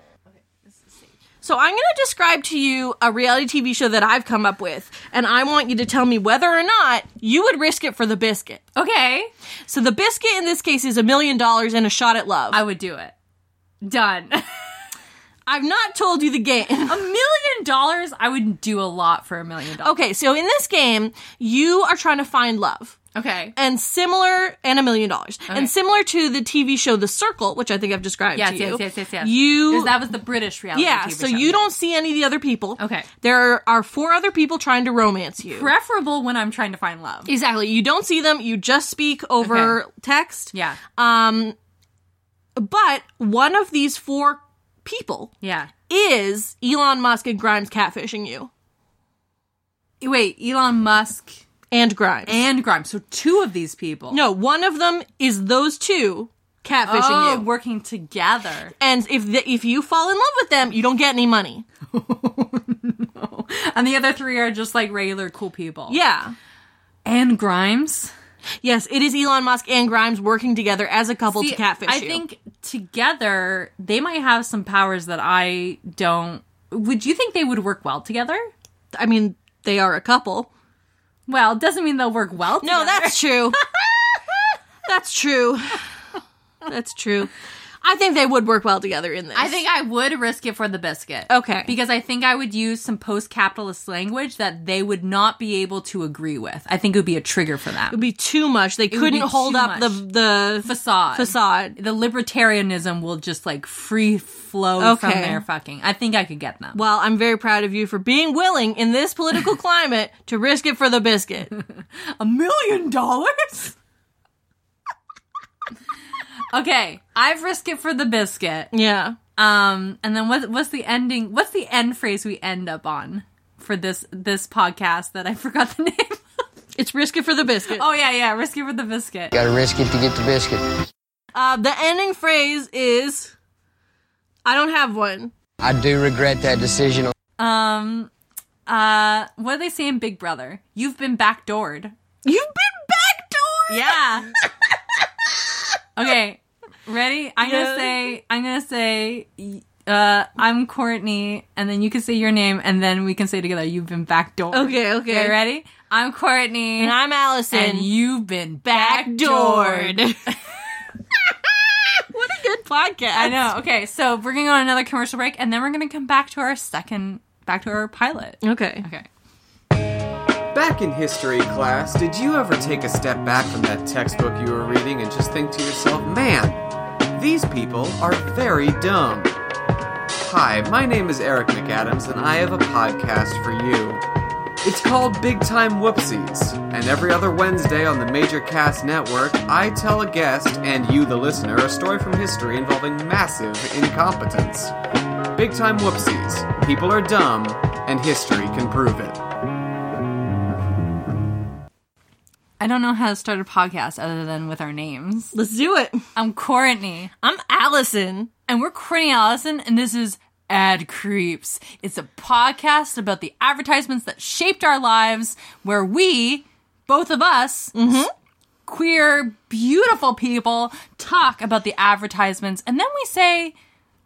S3: So I'm gonna describe to you a reality TV show that I've come up with, and I want you to tell me whether or not you would risk it for the biscuit.
S2: okay.
S3: So the biscuit in this case is a million dollars and a shot at love.
S2: I would do it. Done. <laughs>
S3: I've not told you the game. <laughs>
S2: a million dollars. I would do a lot for a million dollars.
S3: Okay, so in this game, you are trying to find love.
S2: Oh, Okay.
S3: And similar, and a million dollars. And similar to the TV show The Circle, which I think I've described
S2: Yes,
S3: to you.
S2: yes, yes, yes, yes.
S3: You,
S2: 'Cause that was the British reality.
S3: yeah.
S2: TV
S3: So
S2: show.
S3: you don't see any of the other people.
S2: Okay.
S3: There are four other people trying to romance you.
S2: Preferable when I'm trying to find love.
S3: Exactly. You don't see them. You just speak over text.
S2: Yeah.
S3: Um, but one of these four people
S2: Yeah.
S3: is Elon Musk and Grimes catfishing you,
S2: Wait, Elon Musk
S3: and Grimes
S2: and Grimes. So two of these people.
S3: No, one of them is those two catfishing
S2: oh,
S3: you.
S2: working together.
S3: And if the, if you fall in love with them, you don't get any money.
S2: And the other three are just like regular cool people.
S3: Yeah.
S2: And Grimes.
S3: Yes, it is Elon Musk and Grimes working together as a couple
S2: See,
S3: to catfish
S2: I
S3: you.
S2: think together they might have some powers that I don't. Would you think they would work well together?
S3: I mean, they are a couple.
S2: Well, it doesn't mean they'll work well
S3: No,
S2: together.
S3: that's true. <laughs> that's true. That's true. I think they would work well together in this.
S2: I think I would risk it for the biscuit.
S3: Okay.
S2: Because I think I would use some post capitalist language that they would not be able to agree with. I think it would be a trigger for them.
S3: it would be too much. They
S2: would be
S3: couldn't hold
S2: too
S3: up the
S2: much.
S3: the
S2: Facade.
S3: facade.
S2: the libertarianism will just like free flow from
S3: Okay.
S2: their fucking. I think I could get them.
S3: Well, I'm very proud of you for being willing in
S2: <laughs>
S3: this political climate to risk it for the biscuit.
S2: A million dollars? <laughs> okay, I've risked it for the biscuit.
S3: Yeah.
S2: Um, and then what, what's the ending? What's the end phrase we end up on for this this podcast that I <laughs> forgot the name?
S3: It's risk it for the biscuit.
S2: oh yeah, yeah, risk it for the biscuit.
S8: Gotta risk it to get the biscuit.
S3: Uh, the ending phrase is, I don't have one.
S8: I do regret that decision.
S2: Um, uh, what do they say in Big Brother? You've been backdoored.
S3: You've been backdoored.
S2: Yeah. okay. Ready? I'm
S3: Yeah.
S2: gonna say. I'm gonna say. Uh, I'm Courtney, and then you can say your name, and then we can say together. You've been backdoored.
S3: Okay, okay.
S2: Ready? I'm Courtney,
S3: And I'm Allison.
S2: and you've been
S3: backdoored.
S2: backdoored.
S3: <laughs> what a good podcast.
S2: I know. Okay, so we're gonna go on another commercial break, and then we're gonna come back to our second, back to our pilot.
S3: Okay.
S2: Okay.
S5: Back in history class, did you ever take a step back from that textbook you were reading and just think to yourself, man, these people are very dumb? Hi, my name is Eric McAdams, and I have a podcast for you. It's called Big Time Whoopsies, and every other Wednesday on the Major Cast Network, I tell a guest and you, the listener, a story from history involving massive incompetence. Big Time Whoopsies. People are dumb, and history can prove it.
S2: I don't know how to start a podcast other than with our names.
S3: Let's do it.
S2: I'm Courtney,
S3: I'm Allison.
S2: and we're Courtney Allison, and this is Ad Creeps. It's a podcast about the advertisements that shaped our lives, where we, both of us, queer, beautiful people, talk about the advertisements, and then we say,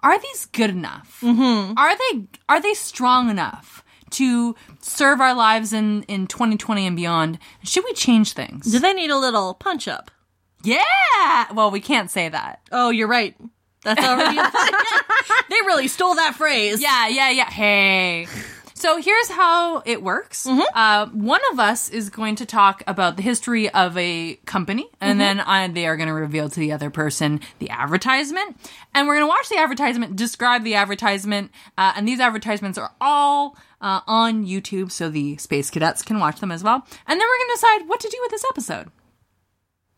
S2: are these good enough? Mm-hmm. Are they are they strong enough? To serve our lives in, in 2020 and beyond, should we change things?
S3: Do they need a little punch up?
S2: Yeah. Well, we can't say that.
S3: Oh, you're right. That's already. <laughs> they really stole that phrase.
S2: Yeah, yeah, yeah. Hey. So here's how it works. Uh, one of us is going to talk about the history of a company, and then I, they are going to reveal to the other person the advertisement. And we're going to watch the advertisement, describe the advertisement, uh, and these advertisements are all uh, on YouTube, so the space cadets can watch them as well. And then we're going to decide what to do with this episode.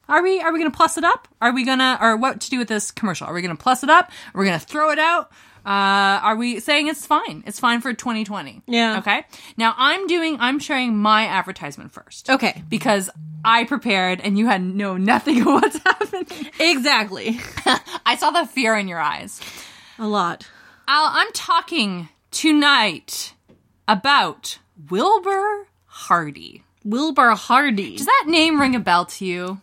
S2: Are we are we gonna plus it up? Are we gonna or what to do with this commercial? Are we gonna plus it up? Are we gonna throw it out? Uh, are we saying it's fine? It's fine for 2020.
S3: Yeah.
S2: Okay. Now I'm doing I'm sharing my advertisement first.
S3: Okay.
S2: Because I prepared and you had no nothing of what's <laughs> happening.
S3: Exactly.
S2: <laughs> I saw the fear in your eyes.
S3: A lot.
S2: Al, I'm talking tonight about Wilbur Hardy.
S3: Wilbur Hardy.
S2: Does that name ring a bell to you?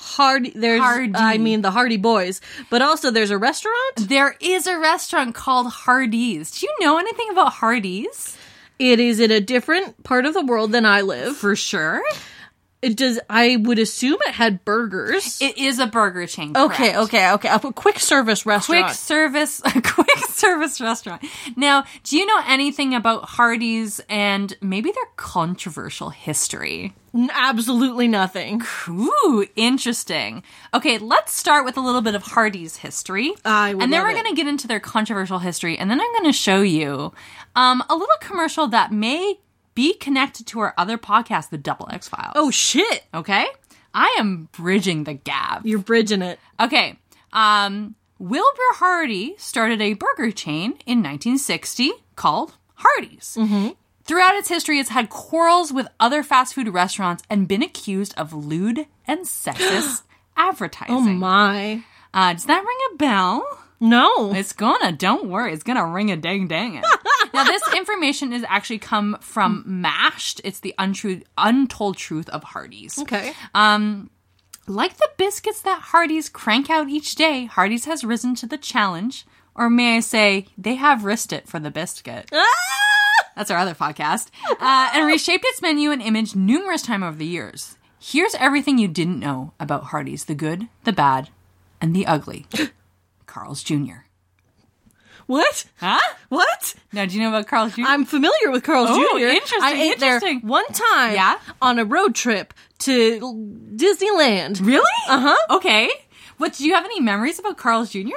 S3: Hardy. There's.
S2: Hardy.
S3: I mean, the Hardy Boys. But also, there's a restaurant.
S2: There is a restaurant called Hardee's. Do you know anything about Hardee's?
S3: It is in a different part of the world than I live.
S2: For sure.
S3: It does. I would assume it had burgers.
S2: It is a burger chain.
S3: okay.
S2: correct.
S3: Okay. Okay. A quick service restaurant.
S2: Quick service, <laughs> quick service restaurant. Now, do you know anything about Hardee's and maybe their controversial history?
S3: N- Absolutely nothing.
S2: Ooh, interesting. Okay, let's start with a little bit of Hardy's history.
S3: I would
S2: and then
S3: love
S2: we're
S3: it.
S2: going to get into their controversial history, and then I'm going to show you um, a little commercial that may be connected to our other podcast, The Double X Files.
S3: Oh shit!
S2: okay. I am bridging the gap.
S3: You're bridging it.
S2: Okay. Um, Wilbur Hardy started a burger chain in 1960 called Hardee's.
S3: Mm-hmm.
S2: Throughout its history, it's had quarrels with other fast food restaurants and been accused of lewd and
S3: <gasps>
S2: sexist advertising.
S3: Oh my.
S2: Uh, does that ring a bell?
S3: No.
S2: It's gonna, don't worry, it's gonna ring a dang dang
S3: <laughs>
S2: it. now, this information is actually come from MASHED. It's the untrue, untold truth of Hardee's.
S3: okay. Uh,
S2: Like the biscuits that Hardee's crank out each day, Hardee's has risen to the challenge. Or may I say, they have risked it for the biscuit.
S3: Ah!
S2: That's our other podcast. Uh, and reshaped its menu and image numerous times over the years. Here's everything you didn't know about Hardee's the good, the bad, and the
S3: <laughs>
S2: ugly. Carl's Jr.
S3: what?
S2: Huh?
S3: What?
S2: Now, do you know about Carl's Jr.?
S3: I'm familiar with Carl's
S2: Oh,
S3: Jr.
S2: interesting,
S3: I ate
S2: interesting.
S3: there one time
S2: Yeah?
S3: on a road trip to Disneyland.
S2: really?
S3: Uh huh.
S2: Okay. Uh-huh. What, do you have any memories about Carl's Jr.?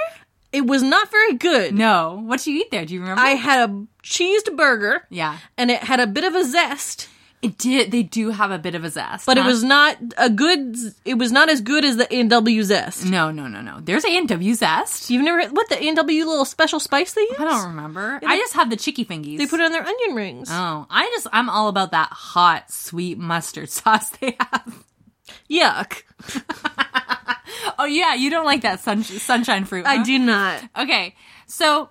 S3: It was not very good.
S2: No. What did you eat there? Do you remember?
S3: I had a cheesed burger.
S2: Yeah.
S3: And it had a bit of a zest,
S2: It did. They do have a bit of a zest.
S3: but it
S2: huh?
S3: was not a good. It was not as good as the A&W zest.
S2: No, no, no, no. There's A&W Zest.
S3: You've never what the A&W little special spice they use?
S2: I don't remember. I just have the cheeky fingies.
S3: They put it on their onion rings.
S2: Oh, I just I'm all about that hot sweet mustard <laughs> sauce they have.
S3: Yuck!
S2: Oh yeah, you don't like that sun- sunshine fruit.
S3: I
S2: huh?
S3: do not.
S2: Okay, so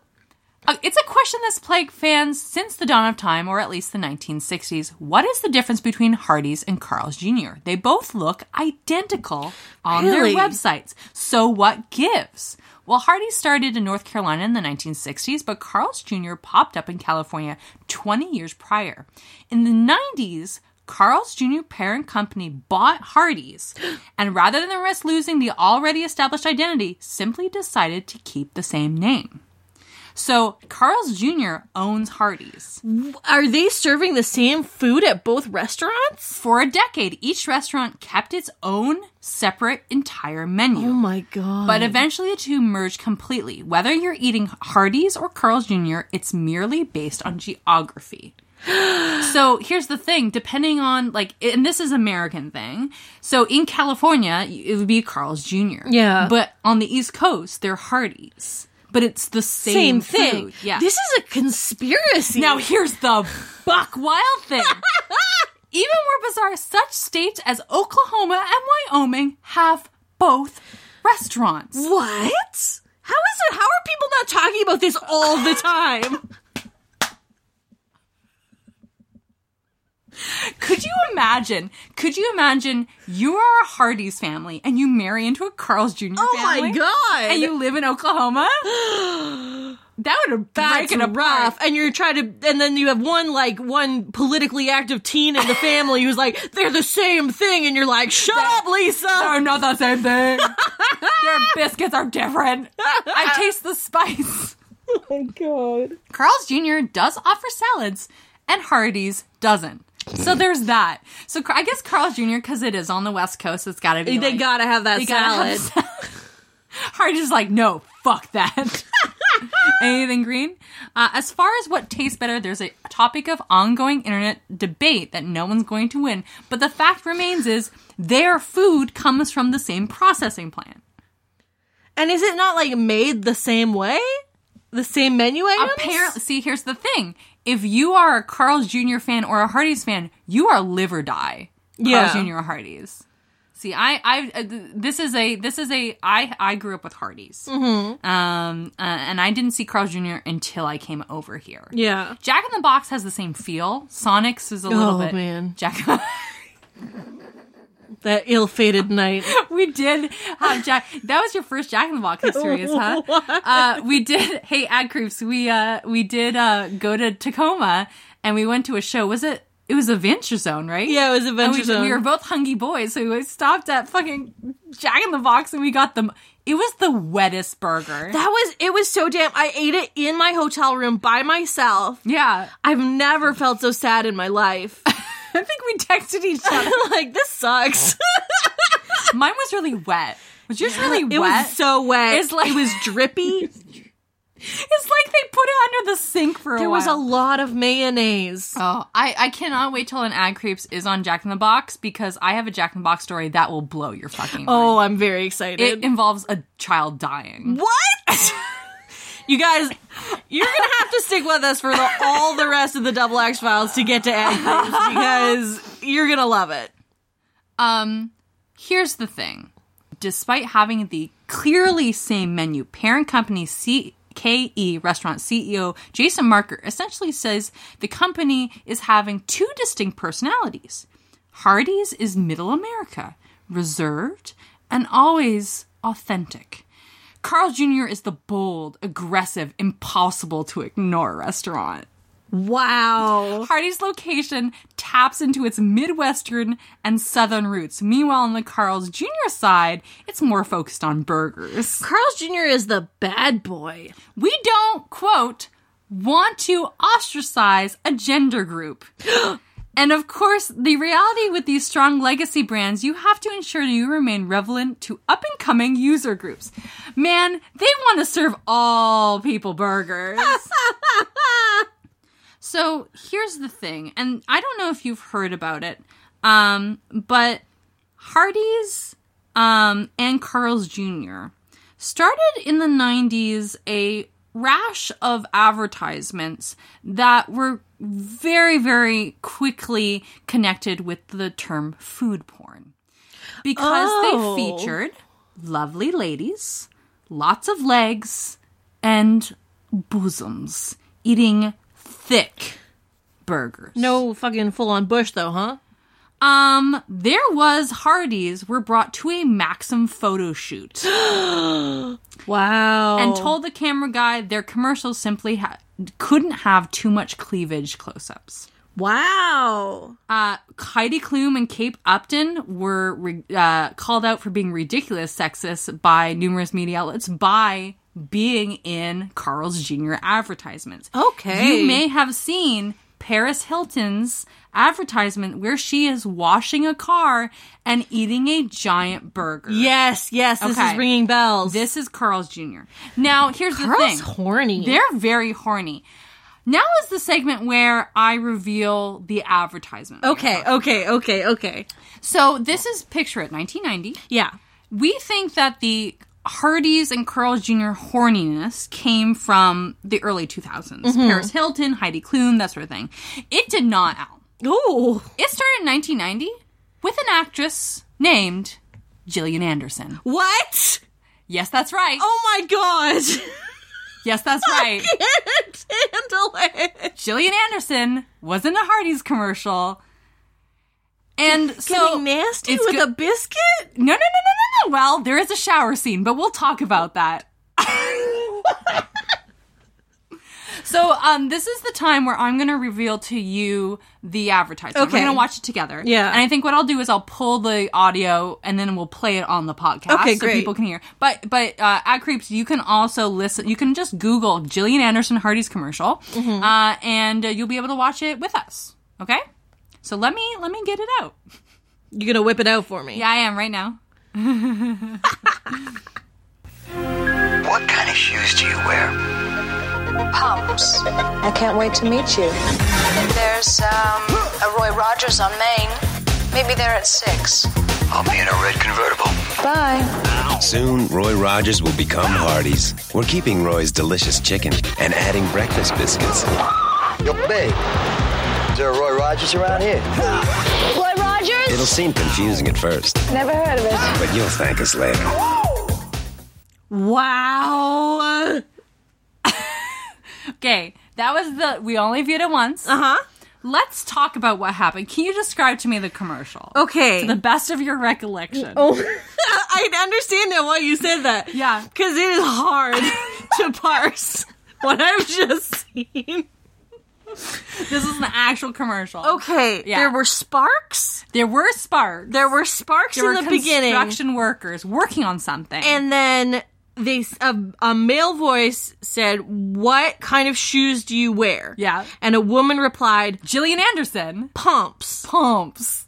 S2: uh, it's a question that's plagued fans since the dawn of time, or at least the 1960s. What is the difference between Hardee's and Carl's Jr.? They both look identical on
S3: Really?
S2: their websites. So what gives? Well, Hardee's started in North Carolina in the 1960s, but Carl's Jr. popped up in California 20 years prior. In the 90s, Carl's Jr. parent company bought Hardee's, and rather than the risk losing the already established identity, simply decided to keep the same name. So Carl's Jr. owns Hardee's.
S3: Are they serving the same food at both restaurants?
S2: For a decade, each restaurant kept its own separate entire menu.
S3: Oh my god!
S2: But eventually the two merge
S3: <gasps>
S2: completely. Whether you're eating Hardee's or Carl's Jr., it's merely based on geography. So here's the thing, depending on like and this is American thing. So in California, it would be Carl's Jr.
S3: Yeah.
S2: But on the East Coast, they're Hardee's. But it's the same,
S3: Same thing.
S2: food. Yeah.
S3: This is a conspiracy.
S2: Now here's the buck wild
S3: <laughs>
S2: thing. Even more bizarre, such states as Oklahoma and Wyoming have both restaurants.
S3: what? How is it? How are people not talking about this all the time?
S2: Could you imagine? Could you imagine you are a Hardy's family and you marry into a Carl's Jr.
S3: Oh my
S2: family?
S3: God.
S2: And you live in
S3: <gasps>
S2: Oklahoma? that would have
S3: That's
S2: broken apart.
S3: rough. And you're trying to, and then you have one like one politically active teen in the family who's like, they're the same thing, and you're like, shut up, Lisa.
S2: They're not the same <laughs> thing. Their biscuits are different. <laughs> I taste the spice. Oh god. Carl's Jr. does offer salads and Hardee's doesn't. So there's that. So I guess Carl's Jr. because it is on the West Coast, it's got to be.
S3: They
S2: like-
S3: gotta have that
S2: They gotta
S3: salad.
S2: have <laughs> Hardy's is like, no, fuck that. <laughs> Anything green? Uh, as far as what tastes better, there's a topic of ongoing internet debate that no one's going to win. But the fact remains is their food comes from the same processing plant.
S3: and is it not like made the same way? The same menu items?
S2: Apparently, see, here's the thing: if you are a Carl's Jr. fan or a Hardee's fan, you are live or die.
S3: Yeah.
S2: Carl's Jr. or Hardee's. See, I, I, uh, th- this is a, this is a, I, I grew up with Hardee's, mm-hmm. um, uh, and I didn't see Carl's Jr. until I came over here.
S3: Yeah.
S2: Jack in the Box has the same feel. Sonic's is a little
S3: Oh,
S2: bit.
S3: man.
S2: Jack.
S3: That ill-fated night.
S2: <laughs> we did have Jack. That was your first Jack in the Box
S3: <laughs>
S2: experience, huh? Uh, we did. Hey, ad creeps. We uh, we did uh, go to Tacoma and we went to a show. Was it? It was Adventure Zone, right?
S3: Yeah, it was
S2: And we,
S3: Adventure Zone.
S2: We were both hungry boys, so we stopped at fucking Jack in the Box and we got them. It was the wettest burger.
S3: That was it was so damn I ate it in my hotel room by myself.
S2: yeah,
S3: I've never felt so sad in my life.
S2: <laughs>
S3: <laughs>
S2: I think we texted each other.
S3: like this sucks.
S2: <laughs>
S3: <laughs>
S2: Mine was really wet. Was yours really wet?
S3: It was so wet.
S2: It's like-
S3: it was drippy.
S2: <laughs> It's like they put it under the sink for a
S3: there
S2: while.
S3: was a lot of mayonnaise.
S2: Oh, I, I cannot wait till an ad creeps is on Jack in the Box because I have a Jack in the Box story that will blow your fucking mind.
S3: Oh, I'm very excited.
S2: It involves a child dying. <laughs>
S3: what? you guys, you're gonna have to stick with us for the, all the rest of the Double X Files to get to ad groups because you're gonna love it.
S2: Um, here's the thing. Despite having the clearly same menu, parent company CKE restaurant CEO Jason Marker essentially says the company is having two distinct personalities. Hardee's is middle America, reserved and always authentic. Carl Jr. is the bold, aggressive, impossible to ignore restaurant.
S3: Wow.
S2: Hardy's location taps into its Midwestern and Southern roots. Meanwhile, on the Carl's Jr. side, it's more focused on burgers.
S3: Carl's Jr. is the bad boy.
S2: We don't, quote, want to ostracize a gender group. <gasps> And of course, the reality with these strong legacy brands, you have to ensure you remain relevant to up and coming user groups. Man, they want to serve all people burgers. <laughs> So here's the thing, and I don't know if you've heard about it, um, but Hardee's um, and Carl's Jr. started in the 90s a rash of advertisements that were very, very quickly connected with the term food porn because
S3: Oh.
S2: they featured lovely ladies, lots of legs, and bosoms eating thick burgers.
S3: No fucking full on bush though, huh?
S2: Um, there was Hardee's were brought to a Maxim photo shoot
S3: Wow.
S2: and told the camera guy their commercials simply ha- couldn't have too much cleavage close-ups.
S3: Wow.
S2: Uh, Heidi Klum and Cape Upton were re- uh, called out for being ridiculous sexist by numerous media outlets by being in Carl's Jr. advertisements.
S3: Okay.
S2: You may have seen Paris Hilton's advertisement where she is washing a car and eating a giant burger.
S3: Yes, yes, this
S2: Okay.
S3: is ringing bells.
S2: This is Carl's Jr. Now, here's the
S3: Carl's
S2: thing.
S3: horny.
S2: They're very horny. Now is the segment where I reveal the advertisement.
S3: Okay, okay, okay, okay.
S2: So this is picture it 1990.
S3: Yeah.
S2: We think that the Hardy's and Carl Jr. horniness came from the early 2000s. Paris Hilton, Heidi Klum, that sort of thing. It did not, Al.
S3: Ooh.
S2: It started in 1990 with an actress named Gillian Anderson.
S3: What?
S2: Yes, that's right.
S3: Oh my god.
S2: Yes, that's
S3: <laughs>
S2: right.
S3: Can't handle it.
S2: Gillian Anderson was in a Hardy's commercial. And so
S3: Getting nasty with
S2: go-
S3: a biscuit?
S2: No, no, no, no, no, no. Well, there is a shower scene, but we'll talk about
S3: <laughs>
S2: that. so, um, this is the time where I'm going to reveal to you the advertisement.
S3: Okay.
S2: We're going to watch it together.
S3: Yeah.
S2: And I think what I'll do is I'll pull the audio and then we'll play it on the podcast
S3: Okay,
S2: so
S3: great.
S2: people can hear. But, but, uh, at Creeps, you can also listen. You can just Google Gillian Anderson Hardy's commercial,
S3: Mm-hmm.
S2: uh, and uh, you'll be able to watch it with us. Okay. So let me, let me get it out.
S3: You're gonna whip it out for me.
S2: Yeah, I am right now.
S10: What kind of shoes do you wear?
S11: pumps. I can't wait to meet you. There's um, a Roy Rogers on Main. Maybe they're at six.
S10: I'll be in a red convertible.
S11: Bye.
S10: Soon, Roy Rogers will become Hardee's. We're keeping Roy's delicious chicken and adding breakfast biscuits. Yo, babe, is there a Roy Rogers around here?
S11: Roy Rogers?
S10: It'll seem confusing at first,
S11: Never heard of it.
S10: but you'll thank us later.
S3: Wow.
S2: Okay, that was the we only viewed it once.
S3: Uh-huh.
S2: Let's talk about what happened. Can you describe to me the commercial?
S3: Okay.
S2: The best of your recollection.
S3: Oh. <laughs> I understand now why you said that.
S2: Yeah.
S3: Because it is <laughs> hard to parse what I've just seen.
S2: This is an actual commercial.
S3: Okay.
S2: Yeah.
S3: There were sparks.
S2: There were sparks.
S3: There were sparks
S2: There were
S3: in the beginning.
S2: construction workers working on something.
S3: And then they a, a male voice said, "What kind of shoes do you wear?"
S2: Yeah.
S3: And a woman replied,
S2: Gillian Anderson
S3: "Pumps.
S2: pumps.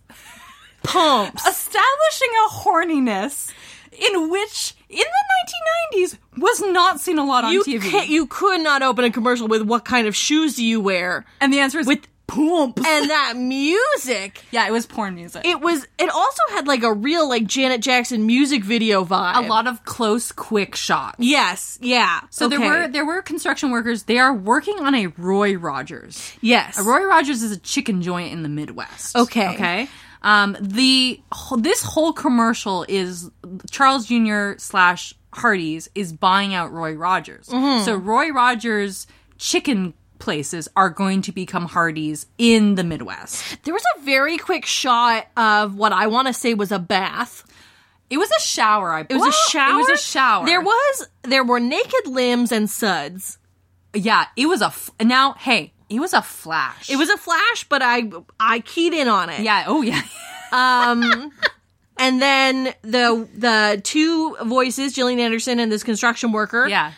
S3: Pumps."
S2: Establishing a horniness in which in the 1990s was not seen a lot on
S3: you
S2: TV.
S3: can't, you could not open a commercial with "What kind of shoes do you wear?"
S2: and the answer is with pumps.
S3: <laughs> And that music.
S2: Yeah, it was porn music.
S3: It was. It also had like a real like Janet Jackson music video vibe.
S2: a lot of close quick shots.
S3: Yes. Yeah.
S2: So
S3: Okay.
S2: there were there were construction workers. They are working on a Roy Rogers.
S3: yes.
S2: A Roy Rogers is a chicken joint in the Midwest.
S3: Okay.
S2: Okay. Um, the whole- this whole commercial is Charles Jr. slash Hardee's is buying out Roy Rogers. So Roy Rogers chicken places are going to become Hardee's in the Midwest.
S3: there was a very quick shot of what I want to say was a bath.
S2: It was a shower. I
S3: It was a shower.
S2: It was a shower.
S3: There was there were naked limbs and suds.
S2: yeah. It was a f- now. Hey, it was a flash.
S3: It was a flash, but I I keyed in on it.
S2: yeah. Oh yeah. <laughs>
S3: And then the the two voices, Gillian Anderson and this construction worker.
S2: yeah.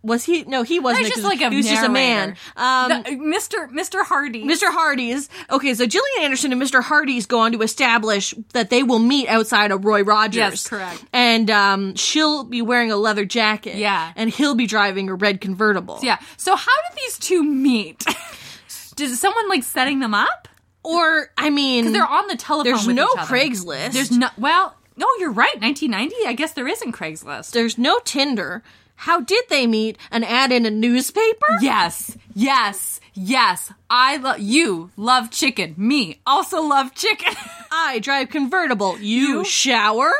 S3: Was he? No, he wasn't.
S2: He's just
S3: constru-
S2: like a
S3: he was just a man. Um,
S2: narrator. The- Mr. Mr. Hardy.
S3: Mr. Hardy's. Okay, so Gillian Anderson and Mr. Hardy's go on to establish that they will meet outside of Roy Rogers.
S2: Yes, correct.
S3: And um, she'll be wearing a leather jacket.
S2: Yeah.
S3: And he'll be driving a red convertible.
S2: Yeah. So how did these two meet? <laughs> Did someone like setting them up?
S3: Or, I mean,
S2: They're on the telephone.
S3: there's
S2: with
S3: no
S2: each other.
S3: Craigslist.
S2: There's no. Well, no, you're right. 1990. I guess there isn't Craigslist.
S3: there's no Tinder. How did they meet? An ad in a newspaper?
S2: yes. Yes. Yes. I love you. Love chicken. Me also love chicken. <laughs>
S3: I drive convertible. You, shower?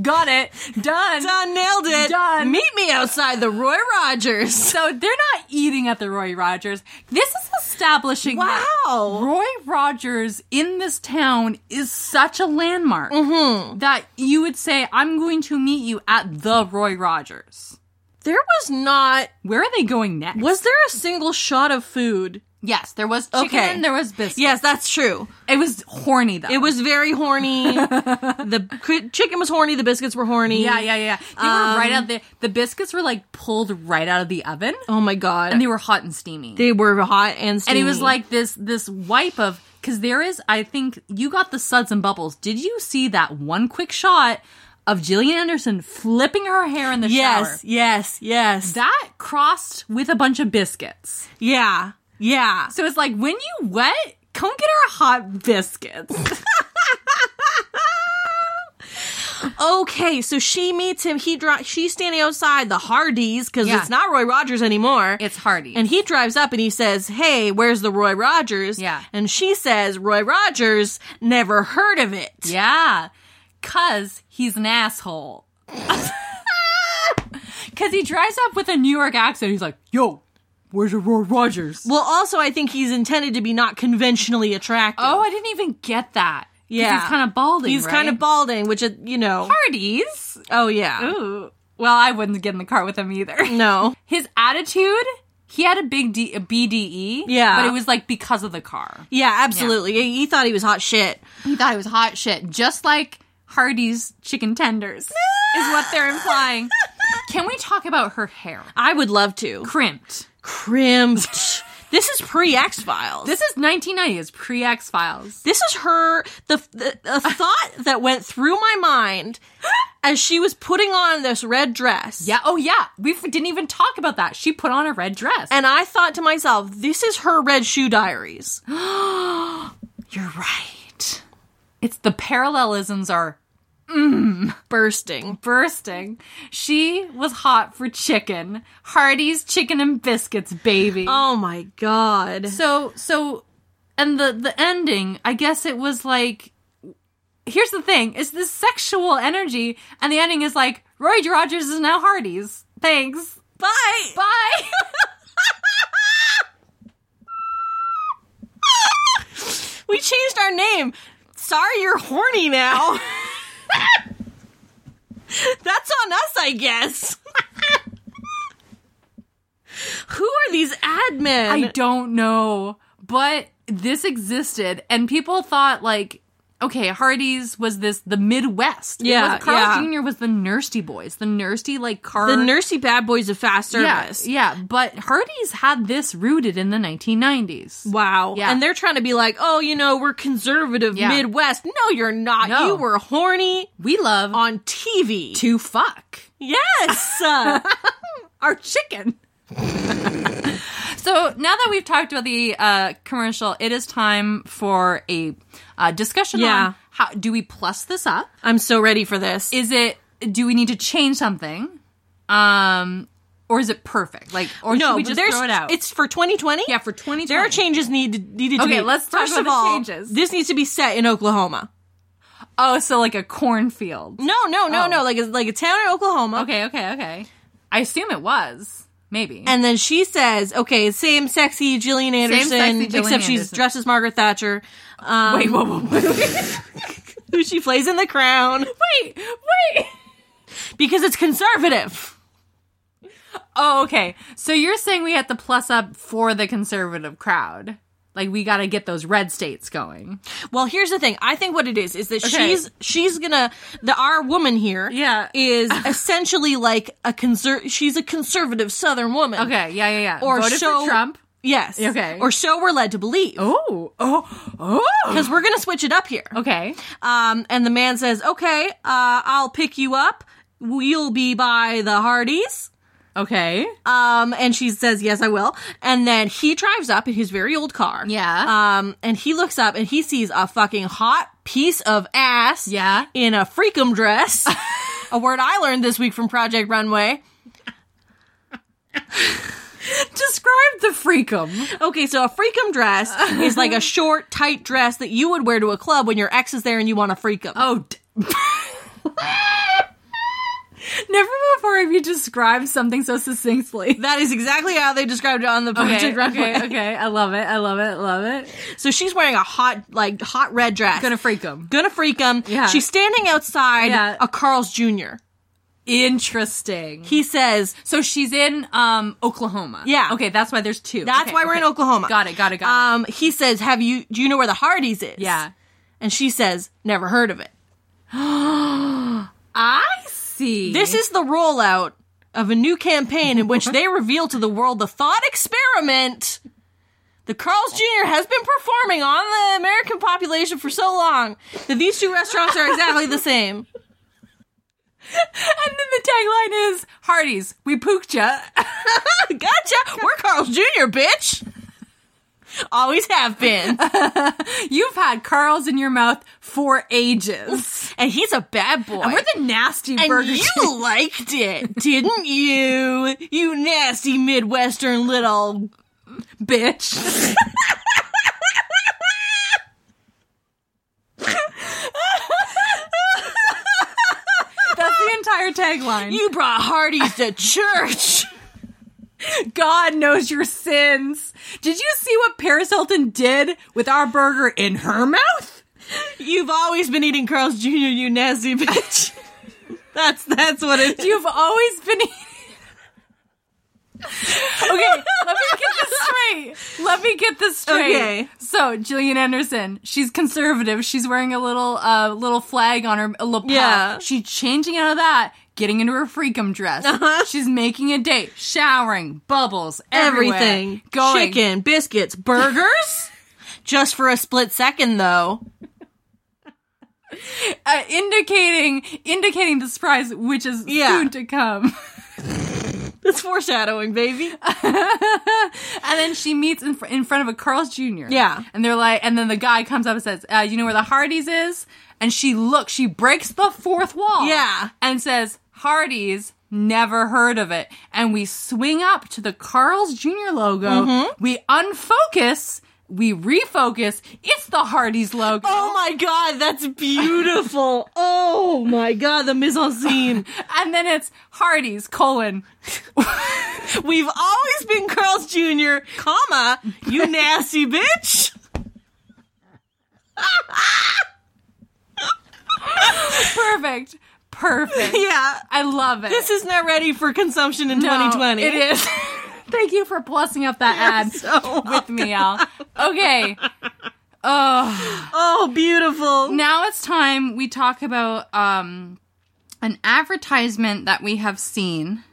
S2: Got it. Done.
S3: Done, nailed it.
S2: Done.
S3: Meet me outside the Roy Rogers.
S2: So they're not eating at the Roy Rogers. This is establishing that
S3: Wow.
S2: Roy Rogers in this town is such a landmark
S3: Mm-hmm.
S2: that you would say, I'm going to meet you at the Roy Rogers.
S3: There was not.
S2: Where are they going next?
S3: Was there a single shot of food?
S2: yes, there was chicken
S3: Okay.
S2: and there was biscuit.
S3: Yes, that's true.
S2: It was horny though.
S3: It was
S2: <laughs>
S3: very horny. the c- chicken was horny. The biscuits were horny.
S2: Yeah, yeah, yeah. They were right out there. The biscuits were like pulled right out of the oven
S3: Um, Oh my god.
S2: and they were hot and steamy.
S3: they were hot and
S2: and
S3: steamy.
S2: it was like this this wipe of because there is i think you got the suds and bubbles did you see that one quick shot of Gillian Anderson flipping her hair in the
S3: Yes,
S2: shower.
S3: yes, yes.
S2: That crossed with a bunch of biscuits.
S3: Yeah, yeah.
S2: So it's like when you wet, come get her hot biscuits.
S3: <laughs> Okay, so she meets him. He dri- she's standing outside the Hardys because
S2: Yeah.
S3: it's not Roy Rogers anymore.
S2: it's Hardy.
S3: And he drives up and he says, "Hey, where's the Roy Rogers?"
S2: Yeah.
S3: and she says, "Roy Rogers, never heard of it."
S2: yeah, cause he's an asshole. <laughs> Cause he drives up with a New York accent. He's like, "Yo, where's your Roy Rogers?"
S3: Well, also, I think he's intended to be not conventionally attractive.
S2: Oh, I didn't even get that. 'Cause
S3: Yeah.
S2: he's kind of balding.
S3: he's kind of
S2: balding.
S3: balding, which uh, you know.
S2: Hardy's.
S3: Oh yeah,
S2: Ooh. Well, I wouldn't get in the car with him either.
S3: no,
S2: His attitude, he had a big D, a BDE.
S3: Yeah.
S2: But it was like because of the car.
S3: yeah, absolutely. He, he thought he was hot shit.
S2: He thought it was hot shit, just like Hardy's chicken tenders, <laughs> is what they're implying. Can we talk about her hair?
S3: I would love to
S2: Crimped. <laughs>
S3: crimped. this is pre X Files.
S2: This is 1990. It's pre X Files.
S3: This is her the, the
S2: <laughs>
S3: a thought that went through my mind as she was putting on this red dress.
S2: Yeah. Oh, yeah. We f- didn't even talk about that. She put on a red dress.
S3: And I thought to myself, this is her red
S2: <gasps>
S3: shoe diaries.
S2: you're right. It's the parallelisms are
S3: Bursting.
S2: bursting. She was hot for chicken. Hardy's chicken and biscuits, baby.
S3: Oh my god.
S2: Um, So so and the the ending, I guess it was like here's the thing, is this sexual energy and the ending is like Roy Rogers is now Hardy's. Thanks.
S3: Bye.
S2: Bye.
S3: We changed our name. Sorry you're
S2: <laughs>
S3: horny now. That's on us, I
S2: <laughs>
S3: guess. Who are these admin?
S2: <laughs> I don't know, but this existed and people thought like okay, Hardy's was this the Midwest. It
S3: Yeah,
S2: was- Carl
S3: yeah.
S2: Jr. was the Nursty Boys, the Nursty like car
S3: the nursey bad boys of fast service.
S2: er Yeah, yeah, but Hardy's had this rooted in the 1990s.
S3: Wow.
S2: Yeah.
S3: And they're trying to be like, oh, you know, we're conservative
S2: Yeah.
S3: Midwest. No, you're not.
S2: No.
S3: You were horny
S2: We love
S3: on TV.
S2: to fuck <laughs>
S3: yes. Uh,
S2: our chicken. <laughs> so now that we've talked about the uh, commercial, it is time for a uh, discussion
S3: Yeah.
S2: on how do we plus this up?
S3: I'm so ready for this.
S2: Is it do we need to change something, um, or is it perfect? Like, or should we
S3: but
S2: just
S3: there's-
S2: throw it out?
S3: It's for 2020.
S2: yeah for 2020.
S3: There are changes need, needed to
S2: Okay,
S3: be.
S2: let's talk
S3: First
S2: about
S3: of
S2: the
S3: all,
S2: changes.
S3: This needs to be set in Oklahoma.
S2: Oh, so like a cornfield.
S3: No, no, no, no. Like a, like a town in Oklahoma.
S2: Oh. Okay, okay, okay. I assume it was maybe.
S3: And then she says, okay, same sexy Gillian Anderson,
S2: sexy Gillian
S3: except she's
S2: Anderson.
S3: dressed as Margaret Thatcher. Um,
S2: wait, whoa, whoa, whoa,
S3: who she plays in The Crown
S2: <laughs> wait, wait.
S3: because it's conservative.
S2: Oh, okay. So you're saying we have to plus up for the conservative crowd. Like we got to get those red states going.
S3: Well, here's the thing. I think what it is is that
S2: Okay.
S3: she's she's gonna the our woman here is
S2: Yeah. <laughs>
S3: essentially like a conser- she's a conservative Southern woman.
S2: Okay, yeah, yeah, yeah.
S3: Or
S2: Voted
S3: so-
S2: for Trump.
S3: Yes.
S2: Okay.
S3: Or so we're led to believe.
S2: Oh, oh, oh.
S3: Because we're gonna switch it up here.
S2: Okay.
S3: Um, and the man says, "Okay, uh, I'll pick you up. We'll be by the Hardys."
S2: Okay.
S3: Um, and she says, "Yes, I will." And then he drives up in his very old car.
S2: Yeah.
S3: Um, and he looks up and he sees a fucking hot piece of ass.
S2: Yeah.
S3: In a freakum dress. <laughs> a word I learned this week from Project Runway.
S2: <laughs> Describe the freakum.
S3: Okay, so a freakum dress is like a short, tight dress that you would wear to a club when your ex is there and you want a freakum.
S2: Oh. D- <laughs> Never before have you described something so succinctly. <laughs>
S3: That is exactly how they described it on the Project
S2: Okay,
S3: Runway.
S2: okay, okay. I love it. I love it. Love it.
S3: So she's wearing a hot, like hot red dress.
S2: Gonna freak them.
S3: Gonna freak him.
S2: Yeah.
S3: She's standing outside
S2: Yeah.
S3: a Carl's Jr.
S2: Interesting.
S3: He says,
S2: So she's in um Oklahoma.
S3: Yeah.
S2: Okay, that's why there's two.
S3: That's
S2: Okay,
S3: why we're in
S2: okay.
S3: Oklahoma.
S2: Got it, got it, got
S3: Um, he says, "Have you? Do you know where the Hardys is?"
S2: it. Yeah.
S3: and she says, "Never heard of it."
S2: I see.
S3: This is the rollout of a new campaign
S2: <laughs>
S3: in which they reveal to the world the thought experiment the Carl's Jr. has been performing on the American population for so long that these two restaurants are exactly the same.
S2: And then the tagline is Hardy's, we pooked ya. <laughs>
S3: gotcha. We're Carl's Jr., bitch. Always have been.
S2: You've had Carl's in your mouth for ages.
S3: And he's a bad boy.
S2: And we're the nasty
S3: And
S2: burger.
S3: you
S2: King.
S3: liked it, didn't you? You nasty Midwestern little bitch.
S2: That's the entire <laughs> tagline.
S3: You brought Hardy's to church.
S2: God knows your sins. Did you see what Paris Hilton did with our burger in her mouth?
S3: You've always been eating Carl's Jr., you nasty bitch. That's that's what
S2: <laughs>
S3: it
S2: You've always been. okay, let me get this straight. Let me get this straight.
S3: Okay.
S2: So Gillian Anderson, she's conservative. She's wearing a little uh little flag on her a lapel.
S3: Yeah.
S2: She's changing out of that. Getting into her freakum dress.
S3: Uh-huh.
S2: She's making a date. Showering, bubbles, everywhere.
S3: everything.
S2: Going.
S3: Chicken, biscuits, burgers. <laughs> Just for a split second, though.
S2: uh, indicating indicating the surprise which is
S3: Yeah.
S2: soon to come.
S3: It's foreshadowing, baby.
S2: and then she meets in, fr- in front of a Carl's Jr.
S3: Yeah.
S2: and they're like, and then the guy comes up and says, uh, "You know where the Hardee's is?" And she looks, she breaks the fourth wall,
S3: Yeah.
S2: and says, "Hardee's." Never heard of it. And we swing up to the Carl's Jr. logo.
S3: Mm-hmm.
S2: We unfocus. We refocus. It's the Hardee's logo.
S3: <laughs> Oh my god, that's beautiful. Oh my god, the mise en <laughs> scene.
S2: And then it's Hardee's colon <laughs>
S3: We've always been Carl's Jr., comma, <laughs> you nasty bitch.
S2: Perfect. Perfect.
S3: <laughs> Yeah.
S2: I love it.
S3: This is not ready for consumption in
S2: No,
S3: 2020.
S2: It is.
S3: <laughs>
S2: Thank you for blessing up that ad
S3: So,
S2: with me, Al. Okay. Oh,
S3: oh, beautiful.
S2: now it's time we talk about um an advertisement that we have seen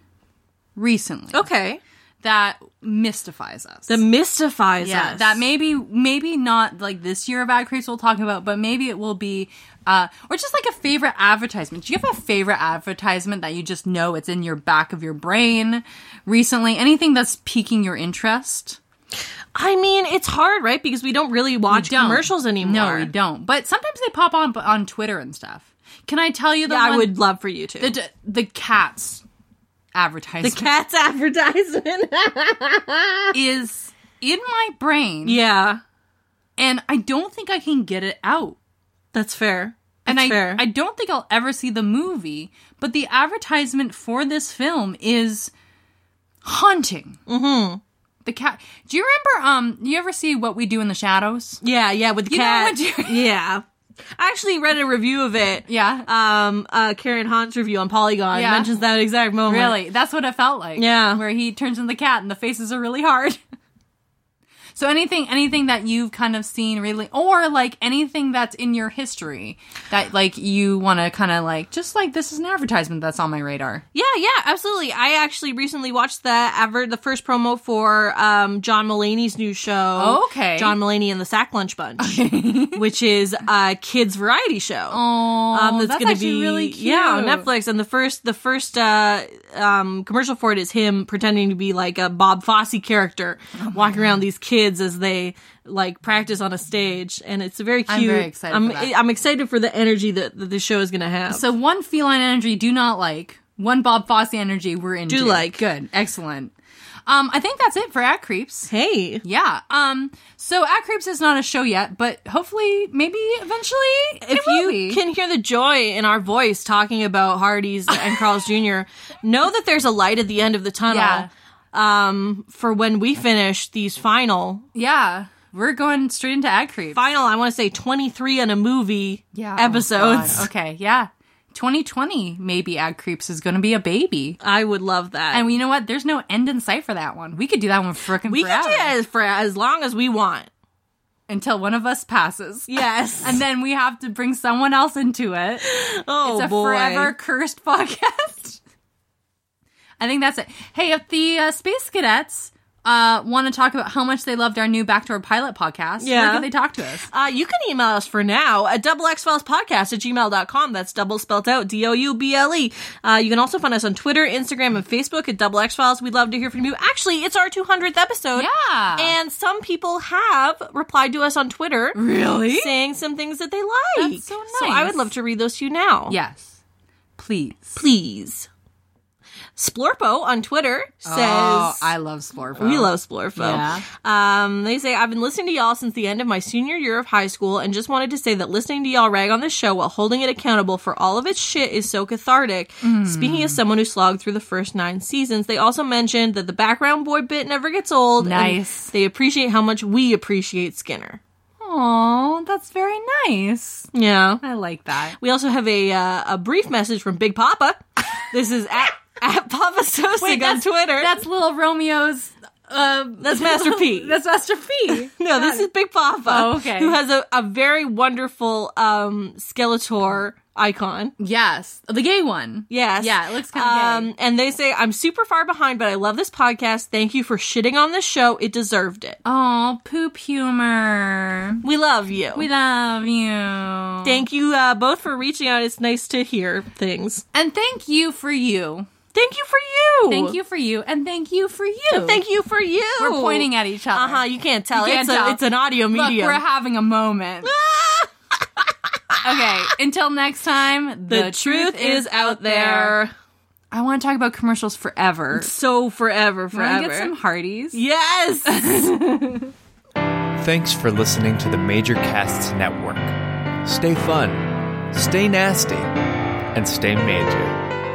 S2: recently
S3: Okay.
S2: that mystifies us.
S3: Oh. That mystifies
S2: yeah,
S3: us.
S2: that maybe maybe not like this year of ad creeps we'll talk about, but maybe it will be uh or just like a favorite advertisement. Do you have a favorite advertisement that you just know it's in your back of your brain recently? Anything that's piquing your interest?
S3: I mean, it's hard, right? Because we don't really watch
S2: Don't.
S3: commercials anymore.
S2: No, we don't. But sometimes they pop on on Twitter and stuff. Can I tell you the
S3: Yeah, I
S2: one-
S3: would love for you to.
S2: the d- the cats
S3: the
S2: advertisement
S3: cat's <laughs> advertisement.
S2: is in my brain
S3: yeah,
S2: and I don't think I can get it out.
S3: that's fair. That's
S2: and I,
S3: fair.
S2: I don't think I'll ever see the movie, but the advertisement for this film is haunting. Mm-hmm. The cat. Do you remember? Um, you ever see What We Do in the Shadows?
S3: yeah, yeah, with the
S2: You know
S3: cat.
S2: what <laughs> you-
S3: yeah. I actually read a review of it.
S2: Yeah.
S3: Um, uh, Karen Hahn's review on Polygon
S2: Yeah.
S3: mentions that exact moment.
S2: Really, that's what it felt like.
S3: Yeah.
S2: where he turns into the cat and the faces are really hard. <laughs> so anything, anything that you've kind of seen really, or like anything that's in your history that like you want to kind of like just like this is an advertisement that's on my radar.
S3: Yeah, yeah, absolutely. I actually recently watched the advert, the first promo for um, John Mulaney's new show.
S2: Okay.
S3: John Mulaney and the Sack Lunch Bunch,
S2: <laughs>
S3: which is a kids' variety show.
S2: Oh,
S3: um, that's,
S2: that's
S3: going to
S2: actually
S3: be
S2: really cute.
S3: yeah on Netflix. And the first the first uh, um, commercial for it is him pretending to be like a Bob Fosse character,
S2: Oh
S3: walking around these kids as they like practice on a stage, and it's very cute.
S2: I'm very excited
S3: I'm,
S2: for that.
S3: I'm excited for the energy that, that the show is going to have.
S2: So one feline energy do not like, one Bob Fosse energy we're into.
S3: like.
S2: Good. Excellent. Um, I think that's it for At Creeps.
S3: hey,
S2: Yeah. Um, so At Creeps is not a show yet, but hopefully maybe eventually it
S3: if
S2: will
S3: you
S2: be.
S3: can hear the joy in our voice talking about Hardy's and Carl's
S2: <laughs>
S3: Jr., know that there's a light at the end of the tunnel
S2: Yeah.
S3: um, for when we finish these final
S2: Yeah. We're going straight into At Creeps.
S3: final. I want to say twenty three in a movie
S2: yeah.
S3: episodes.
S2: Oh, God. okay. Yeah. 2020 maybe At Creeps is going to be a baby.
S3: I would love that.
S2: And we, you know what? There's no end in sight for that one. We could do that one freaking
S3: we can
S2: forever
S3: do it as- for as long as
S2: <laughs>
S3: we want.
S2: until one of us passes.
S3: Yes.
S2: And then we have to bring someone else into it.
S3: <gasps> oh
S2: it's a
S3: boy.
S2: forever cursed <laughs> podcast. I think that's it. Hey, if the uh, space cadets uh, want to talk about how much they loved our new Backdoor Pilot podcast, where
S3: Yeah.
S2: can they talk to us?
S3: Uh, you can email us for now at double X Files podcast at gmail.com. That's double spelled out D O U B L E. Uh, you can also find us on Twitter, Instagram, and Facebook at double X Files. We'd love to hear from you. Actually, it's our 200th episode.
S2: Yeah.
S3: And some people have replied to us on Twitter.
S2: Really?
S3: Saying some things that they like.
S2: That's so
S3: So I
S2: nice.
S3: would love to read those to you now.
S2: Yes. Please.
S3: Please. Splorpo on Twitter says.
S2: oh, I love Splorfo.
S3: We love Splorfo.
S2: Yeah.
S3: Um, they say, I've been listening to y'all since the end of my senior year of high school and just wanted to say that listening to y'all rag on this show while holding it accountable for all of its shit is so cathartic.
S2: Mm.
S3: Speaking as someone who slogged through the first nine seasons, they also mentioned that the background boy bit never gets old. and
S2: Nice.
S3: They appreciate how much we appreciate Skinner.
S2: Oh, that's very nice.
S3: Yeah.
S2: I like that.
S3: We also have a uh, a brief message from
S2: <laughs>
S3: Big Papa. This is at, at Papa Sosig
S2: Wait,
S3: on
S2: that's-
S3: Twitter.
S2: That's Little Romeo's. Um,
S3: That's Master P.
S2: <laughs> that's Master P.
S3: No, this is Big Papa.
S2: Oh, okay.
S3: Who has a, a very wonderful um Skeletor icon.
S2: <laughs> Yes. The gay one.
S3: Yes.
S2: Yeah, it looks kinda
S3: um, And they say, I'm super far behind, but I love this podcast. Thank you for shitting on this show. It deserved it.
S2: Oh, poop humor.
S3: We love you.
S2: We love you.
S3: Thank you uh, both for reaching out. It's nice to hear things.
S2: And thank you for you.
S3: Thank you for you.
S2: Thank you for you. And thank you for you. Uh-huh,
S3: And thank you for you.
S2: We're pointing at each other.
S3: Uh huh. You can't tell.
S2: You can't
S3: it's,
S2: tell.
S3: A, it's an audio
S2: Look,
S3: medium.
S2: we're having a moment. <laughs> okay, until next time,
S3: the, truth is out there.
S2: I want to talk about commercials forever.
S3: So forever,
S2: You wanna
S3: forever.
S2: get some Hardee's? <laughs>
S3: yes.
S7: Thanks for listening to the Major Casts Network. Stay fun, stay nasty, and stay major.